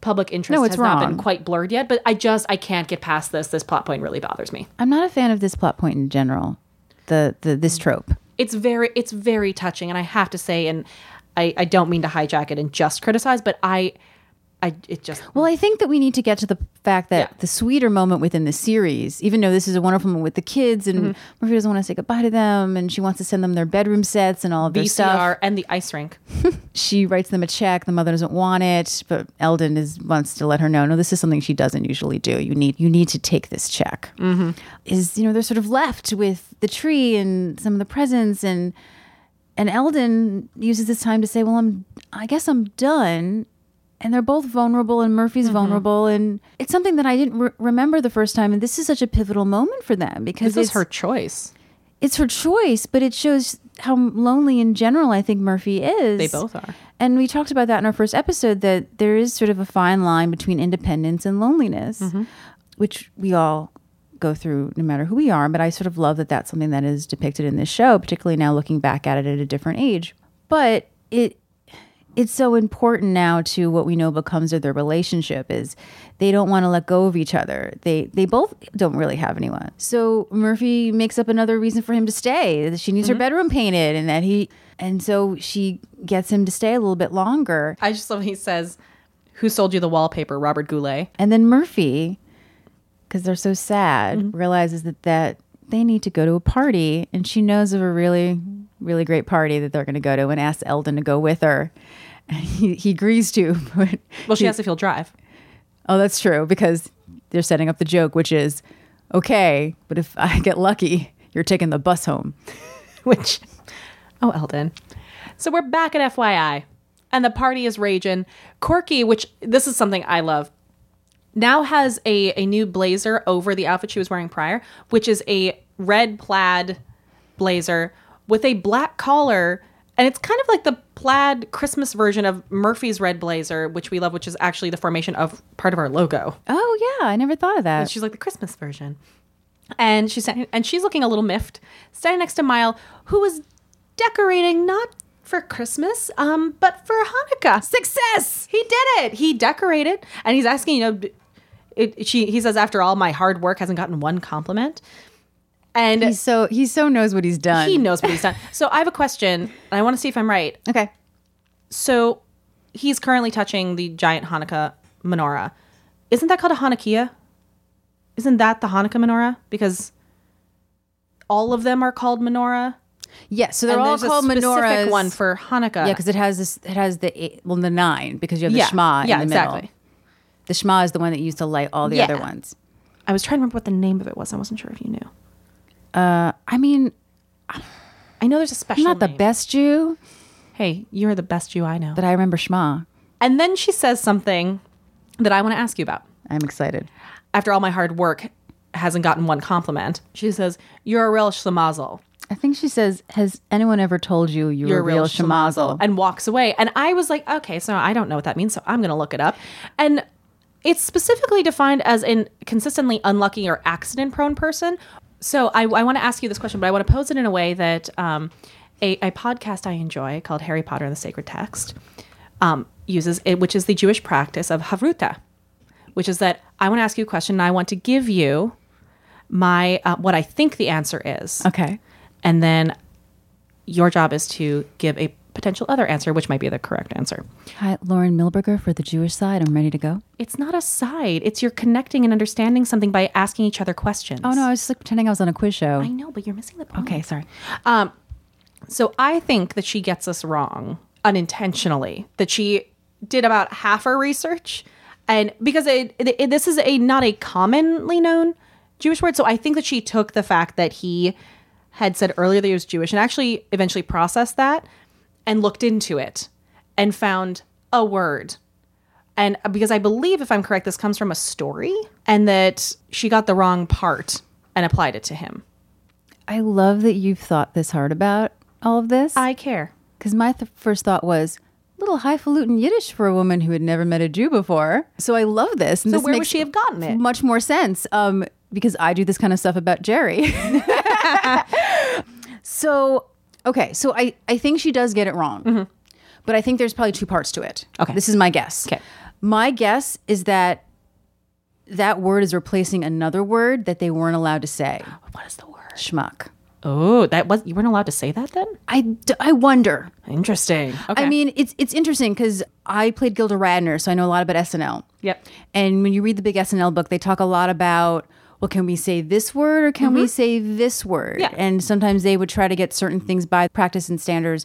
D: public interest
E: No, it's
D: has not been
E: wrong.
D: quite blurred yet, but I just I can't get past this. This plot point really bothers me.
E: I'm not a fan of this plot point in general. The the
D: Mm.
E: this trope.
D: it's very it's very touching and i have to say and i i don't mean to hijack it and just criticize but i i it just
E: Well, I think that we need to get to the fact that
D: Yeah.
E: the sweeter moment within the series, even though this is a wonderful moment with the kids, and Murphy doesn't want to say goodbye to them, and she wants to send them their bedroom sets and all of their
D: vcr
E: stuff.
D: and the ice rink
E: she writes them a check. The mother doesn't want it, but Eldon is wants to let her know. No, this is something she doesn't usually do. You need you need to take this check. Mm-hmm. Is you know they're sort of left with the tree and some of the presents, and and Eldon uses this time to say, "Well, I'm I guess I'm done." And they're both vulnerable, and
D: Mm-hmm.
E: Murphy's vulnerable, and it's something that I didn't re- remember the first time. And this is such a pivotal moment for them because
D: this is
E: it's-
D: her choice
E: it's her choice, but it shows how lonely in general I think Murphy is.
D: They both are.
E: And we talked about that in our first episode that there is sort of a fine line between independence and loneliness, which we all go through no matter who we are. But I sort of love that that's something that is depicted in this show, particularly now looking back at it at a different age. But it it's so important now to what we know becomes of their relationship is they don't want to let go of each other. They they both don't really have anyone. So Murphy makes up another reason for him to stay. That she needs her bedroom painted and that he and so she gets him to stay a little bit longer.
D: i just love when he says who sold you the wallpaper robert goulet
E: And then Murphy cuz they're so sad realizes that that they need to go to a party and she knows of a really really great party that they're going to go to and asks Eldon to go with her. And he, he agrees to, but
D: well she
E: he-
D: has if he'll drive
E: Oh, that's true because they're setting up the joke, which is okay, but if I get lucky, you're taking the bus home.
D: which oh eldon so we're back at fyi and the party is raging corky which this is something i love now has a, a new blazer over the outfit she was wearing prior which is a red plaid blazer with a black collar And it's kind of like the plaid Christmas version of Murphy's red blazer, which we love, which is actually the formation of part of our logo.
E: Oh yeah, I never thought of that.
D: She's like the Christmas version. And she's and she's looking a little miffed, standing next to Mile, who is decorating not for Christmas, um, but for Hanukkah. Success! He did it. He decorated, and he's asking, you know, d- it, she. He says, after all, my hard work hasn't gotten one compliment. And
E: He's so he so knows what he's done.
D: he knows what he's done. So I have a question, and I want to see if I'm right.
E: Okay.
D: So he's currently touching the giant Hanukkah menorah. Isn't that called a Hanukkah? Isn't that the Hanukkah menorah? Because all of them are called menorah.
E: Yeah, so they're
D: and
E: all
D: there's
E: called
D: a specific
E: menorahs.
D: one for Hanukkah.
E: yeah, because it has this. It has the eight, well the nine because you have the
D: yeah,
E: Shema
D: yeah,
E: in the
D: exactly.
E: middle. The Shema is the one that used to light all the
D: Yeah.
E: other ones.
D: I was trying to remember what the name of it was. I wasn't sure if you knew.
E: I mean,
D: I know there's a special.
E: I'm not the
D: name.
E: best Jew,
D: Hey, you're the best you I know.
E: but I remember Shema.
D: And then she says something that I want to ask you about.
E: I'm excited.
D: After all my hard work hasn't gotten one compliment, she says, "You're a real schlemazel."
E: I think she says, "Has anyone ever told you you're,
D: you're
E: a real shemazel?"
D: and walks away and i was like okay so i don't know what that means so i'm gonna look it up and it's specifically defined as an consistently unlucky or accident prone person so i, I want to ask you this question but i want to pose it in a way that um, a, a podcast i enjoy called harry potter and the sacred text um, uses it which is the jewish practice of havruta which is that i want to ask you a question and i want to give you my uh, what i think the answer is
E: okay.
D: and then your job is to give a potential other answer, which might be the correct answer.
E: Hi, Lauren Milberger for the Jewish side. I'm ready to go.
D: It's not a side, it's you're connecting and understanding something by asking each other questions.
E: Oh no, I was just like pretending I was on a quiz show.
D: I know, but you're missing the point. Okay, sorry. Um, so I think that she gets us wrong unintentionally. That she did about half her research, and because it, it- this is a not a commonly known Jewish word, so I think that she took the fact that he had said earlier that he was Jewish and actually eventually processed that and looked into it and found a word and uh, because I believe, if I'm correct, this comes from a story and that she got the wrong part and applied it to him.
E: I love that you've thought this hard about all of this.
D: I care.
E: Because my th- first thought was little highfalutin Yiddish for a woman who had never met a Jew before. So I love this. And
D: So
E: this
D: where would
E: makes
D: she have gotten it?
E: Much more sense. Um, because I do this kind of stuff about Jerry. so okay, so I I think she does get it wrong, but I think there's probably two parts to it.
D: Mm-hmm. Okay.
E: this is my guess.
D: Okay.
E: my guess is that that word is replacing another word that they weren't allowed to say.
D: What is the word?
E: Schmuck.
D: Oh, that was you weren't allowed to say that then.
E: I, d- I wonder
D: Interesting. Okay.
E: I mean, it's it's interesting because I played Gilda Radner, so I know a lot about SNL.
D: Yep.
E: And when you read the big SNL book, they talk a lot about well, can we say this word or can we say this word?
D: Mm-hmm. Yeah.
E: And sometimes they would try to get certain things by practice and standards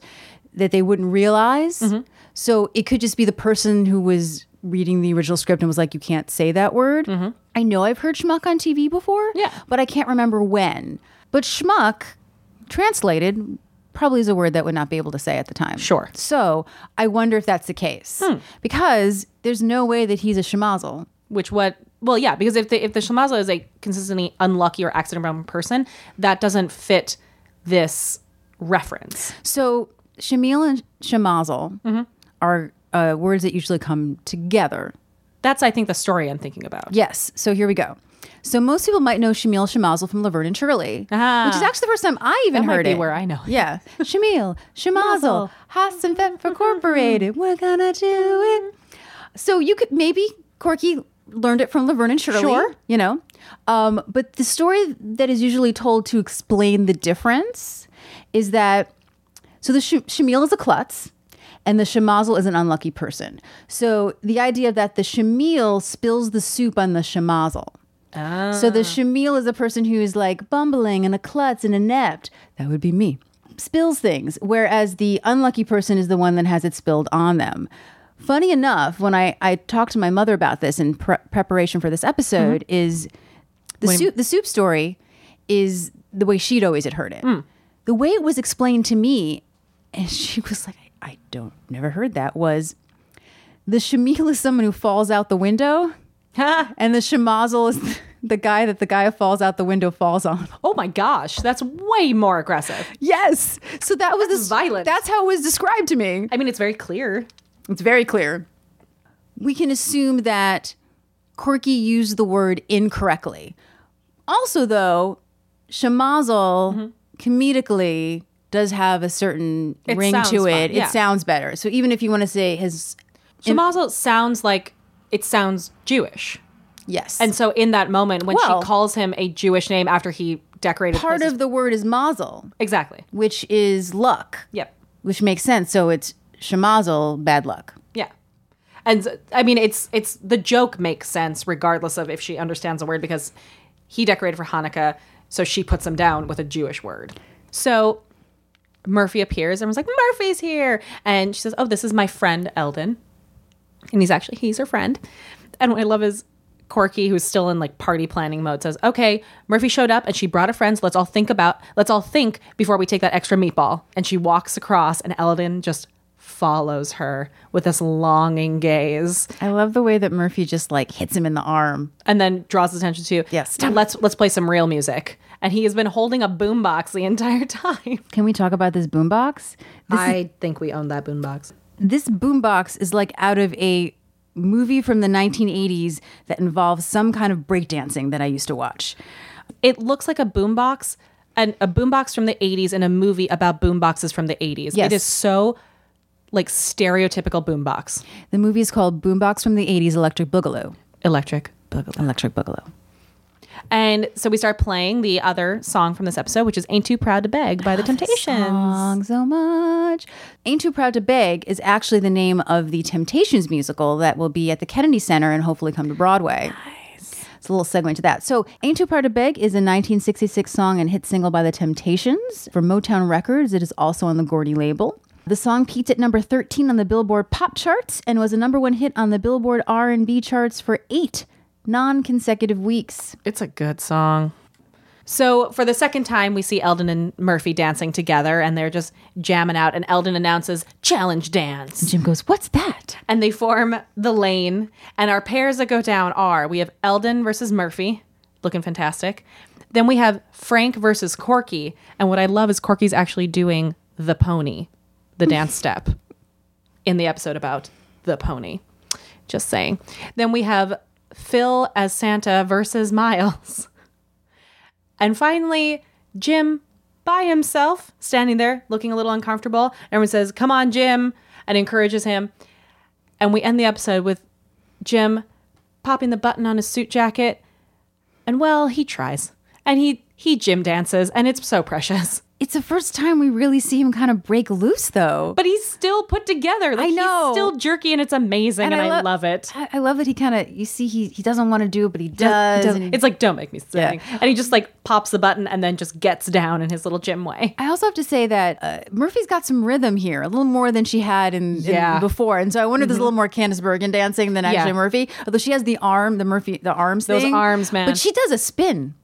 E: that they wouldn't realize.
D: Mm-hmm.
E: So it could just be the person who was reading the original script and was like, "You can't say that word." I know I've heard schmuck on TV before,
D: Mm-hmm. Yeah.
E: but I can't remember when. But schmuck, translated, probably is a word that would not be able to say at the time.
D: Sure. Hmm.
E: So I wonder if that's the case because there's no way that he's a schmazel.
D: Which what? Well, yeah, because if the if the shemazel is a consistently unlucky or accident prone person, that doesn't fit this reference.
E: So shamil and schmazel
D: Mm-hmm.
E: are uh, words that usually come together.
D: That's I think the story I'm thinking about.
E: Yes. So here we go. So most people might know Shamil Shemazel from Laverne and Shirley,
D: Ah.
E: which is actually the first time I even
D: That might
E: heard
D: be
E: it.
D: where I know it.
E: Yeah, Shamil Shemazel, Haas and Pfeffer Incorporated. We're gonna do it. So you could maybe Corky learned it from Laverne and Shirley.
D: Sure.
E: you know. Um, but the story that is usually told to explain the difference is that so the sh- Shamil is a klutz. And the shemazel is an unlucky person. So the idea that the shamil spills the soup on the shemazel. So the shamil is a person who is like bumbling and a klutz and inept. That would be me. Spills things, whereas the unlucky person is the one that has it spilled on them. Funny enough, when I, I talked to my mother about this in pre- preparation for this episode, is the soup the soup story is the way she'd always had heard it. The way it was explained to me, and she was like, I, I don't never heard that was the shamil is someone who falls out the window,
D: Ha!
E: and the shemazel is the guy that the guy who falls out the window falls on.
D: Oh my gosh, that's way more aggressive.
E: Yes. So that was
D: That's
E: this
D: violent.
E: That's how it was described to me.
D: I mean, it's very clear.
E: It's very clear. We can assume that Corky used the word incorrectly. Also, though,
D: Mm-hmm.
E: Shamazel comedically does have a certain
D: It
E: ring
D: sounds
E: to
D: fun,
E: it.
D: yeah.
E: It sounds better. So even if you want to say his
D: Shemazel sounds like it sounds Jewish.
E: yes,
D: And so in that moment when
E: Well-
D: she calls him a Jewish name after he decorated
E: part
D: places-
E: of the word is mazel,
D: Exactly.
E: which is luck,
D: Yep.
E: which makes sense. So it's Shamazel, bad luck.
D: Yeah. And s- I mean it's it's the joke makes sense regardless of if she understands the word because he decorated for Hanukkah, so she puts him down with a Jewish word. So Murphy appears and was like, Murphy's here. And she says, Oh, this is my friend Eldon. And he's actually he's her friend. And what I love is Corky, who's still in like party planning mode, says, Okay, Murphy showed up and she brought her friends. Let's all think about let's all think before we take that extra meatball. And she walks across and Eldon just follows her with this longing gaze
E: I love the way that Murphy just like hits him in the arm.
D: and then draws his attention to
E: Yes.
D: let's let's play some real music. And he has been holding a boombox the entire time.
E: Can we talk about this boombox?
D: I think we own that boombox.
E: this boombox is like out of a movie from the 1980s that involves some kind of breakdancing that I used to watch.
D: it looks like a boombox and a boombox from the 80s and a movie about boomboxes from the 80s.
E: Yes.
D: It is so like stereotypical boombox.
E: The movie is called Boombox from the 80s Electric Boogaloo.
D: Electric boogaloo.
E: Electric Boogaloo.
D: And so we start playing the other song from this episode, which is Ain't Too Proud to Beg by The Temptations.
E: Song so much. Ain't Too Proud to Beg is actually the name of the Temptations musical that will be at the Kennedy Center and hopefully come to Broadway. It's a little segue into that. So, Ain't Too Proud to Beg is a 1966 song and hit single by The Temptations for Motown Records. It is also on the Gordy label. The song peaked at number 13 on the Billboard pop charts and was a number one hit on the Billboard R&B charts for eight non-consecutive weeks.
D: It's a good song. So for the second time, we see Eldon and Murphy dancing together and they're just jamming out. And Eldon announces, Challenge Dance.
E: Jim goes, "What's that?"
D: and they form the lane. And our pairs that go down are we have Eldon versus Murphy, looking fantastic. Then we have Frank versus Corky. And what I love is Corky's actually doing the pony, the dance step in the episode about the pony. Just saying. Then we have Phil as Santa versus Miles. And finally, Jim by himself, standing there looking a little uncomfortable. Everyone says, Come on, Jim, and encourages him. And we end the episode with Jim popping the button on his suit jacket. And well, he tries. And he he Jim dances, and it's so precious.
E: It's the first time we really see him kind of break loose though.
D: But he's still put together. Like,
E: I know.
D: He's still jerky, and it's amazing, and, I,
E: lo-
D: love it.
E: I, I love that he kind of you see he he doesn't want to do it, but he does. and-
D: It's like, don't make me sing.
E: Yeah.
D: And he just like pops the button and then just gets down in his little Jim way.
E: I also have to say that uh, Murphy's got some rhythm here, a little more than she had in, in
D: Yeah. Mm-hmm.
E: before, and so I wonder if there's a little more Candice Bergen dancing than
D: Yeah.
E: actually Murphy. Although she has the arm, the Murphy, the arms,
D: Those
E: thing.
D: arms, man.
E: But she does a spin.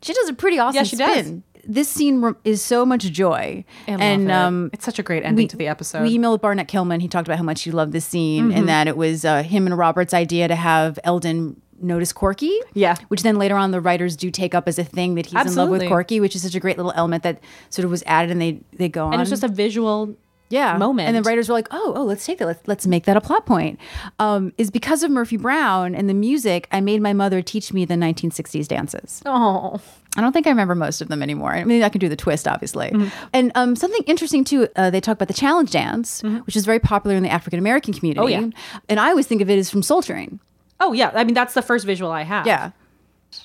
E: She does a pretty awesome
D: she does.
E: spin. This scene re- is so much joy,
D: I love
E: and
D: it.
E: um,
D: it's such a great ending to the episode. Mm-hmm.
E: we emailed Barnett Kilman. He talked about how much he loved this scene and that it was uh, him and Robert's idea to have Eldon notice Corky.
D: Yeah.
E: Which then later on the writers do take up as a thing that he's in love
D: Absolutely.
E: with Corky, which is such a great little element that sort of was added and they, they go on.
D: and it's just a visual
E: yeah.
D: moment.
E: And the writers were like, oh, oh, let's take that. Let's, let's make that a plot point. Um, is because of Murphy Brown and the music, I made my mother teach me the 1960s dances.
D: Oh.
E: I don't think I remember most of them anymore. I mean, I can do the twist, obviously.
D: Mm-hmm.
E: And um, something interesting too, uh, they talk about the challenge dance, which is very popular in the African American community.
D: Mm-hmm. Oh, yeah.
E: And I always think of it as from Soul Train.
D: Oh yeah. I mean that's the first visual I have.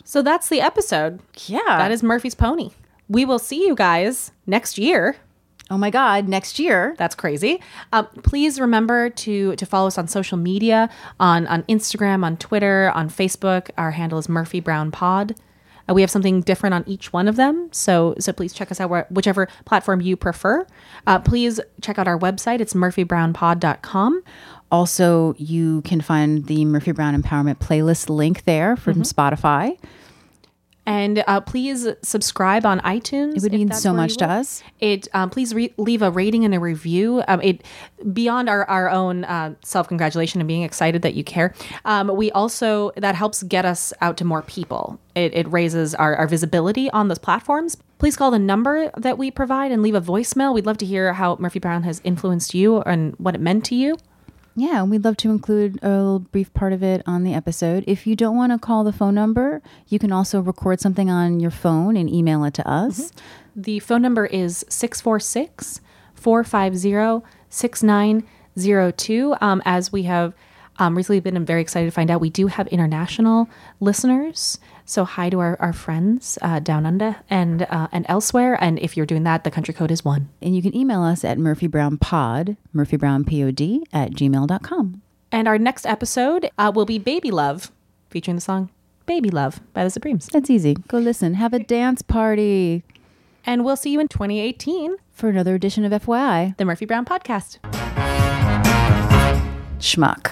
D: So that's the episode.
E: Yeah.
D: That is Murphy's Pony. We will see you guys next year.
E: Oh my God, next year.
D: That's crazy. Um, please remember to to follow us on social media on on Instagram, on Twitter, on Facebook. Our handle is Murphy Brown Pod. Uh, we have something different on each one of them, so so please check us out where, whichever platform you prefer. Uh, please check out our website. It's murphybrownpod.com.
E: Also,
D: Mm-hmm.
E: you can find the Murphy Brown Empowerment playlist link there from Spotify.
D: And uh, please subscribe on iTunes.
E: It would
D: if
E: mean
D: that's
E: so
D: where you
E: much to
D: live.
E: us.
D: It um, please re- leave a rating and a review. Um, it beyond our our own uh, self congratulation and being excited that you care. Um, we also that helps get us out to more people. It, it raises our, our visibility on those platforms. Please call the number that we provide and leave a voicemail. We'd love to hear how Murphy Brown has influenced you and what it meant to you.
E: Yeah, and we'd love to include a little brief part of it on the episode. If you don't want to call the phone number, you can also record something on your phone and email it to us.
D: Mm-hmm. The phone number is 646 450 6902. As we have um, recently been very excited to find out, we do have international listeners. So, hi to our, our friends uh, down under and, uh, and elsewhere. And if you're doing that, the country code is one.
E: And you can email us at murphybrownpod, murphybrownpod at gmail.com.
D: And our next episode uh, will be Baby Love, featuring the song Baby Love by the Supremes.
E: That's easy. Go listen. Have a dance party
D: And we'll see you in 2018,
E: for another edition of FYI.
D: the Murphy Brown Podcast.
E: Schmuck.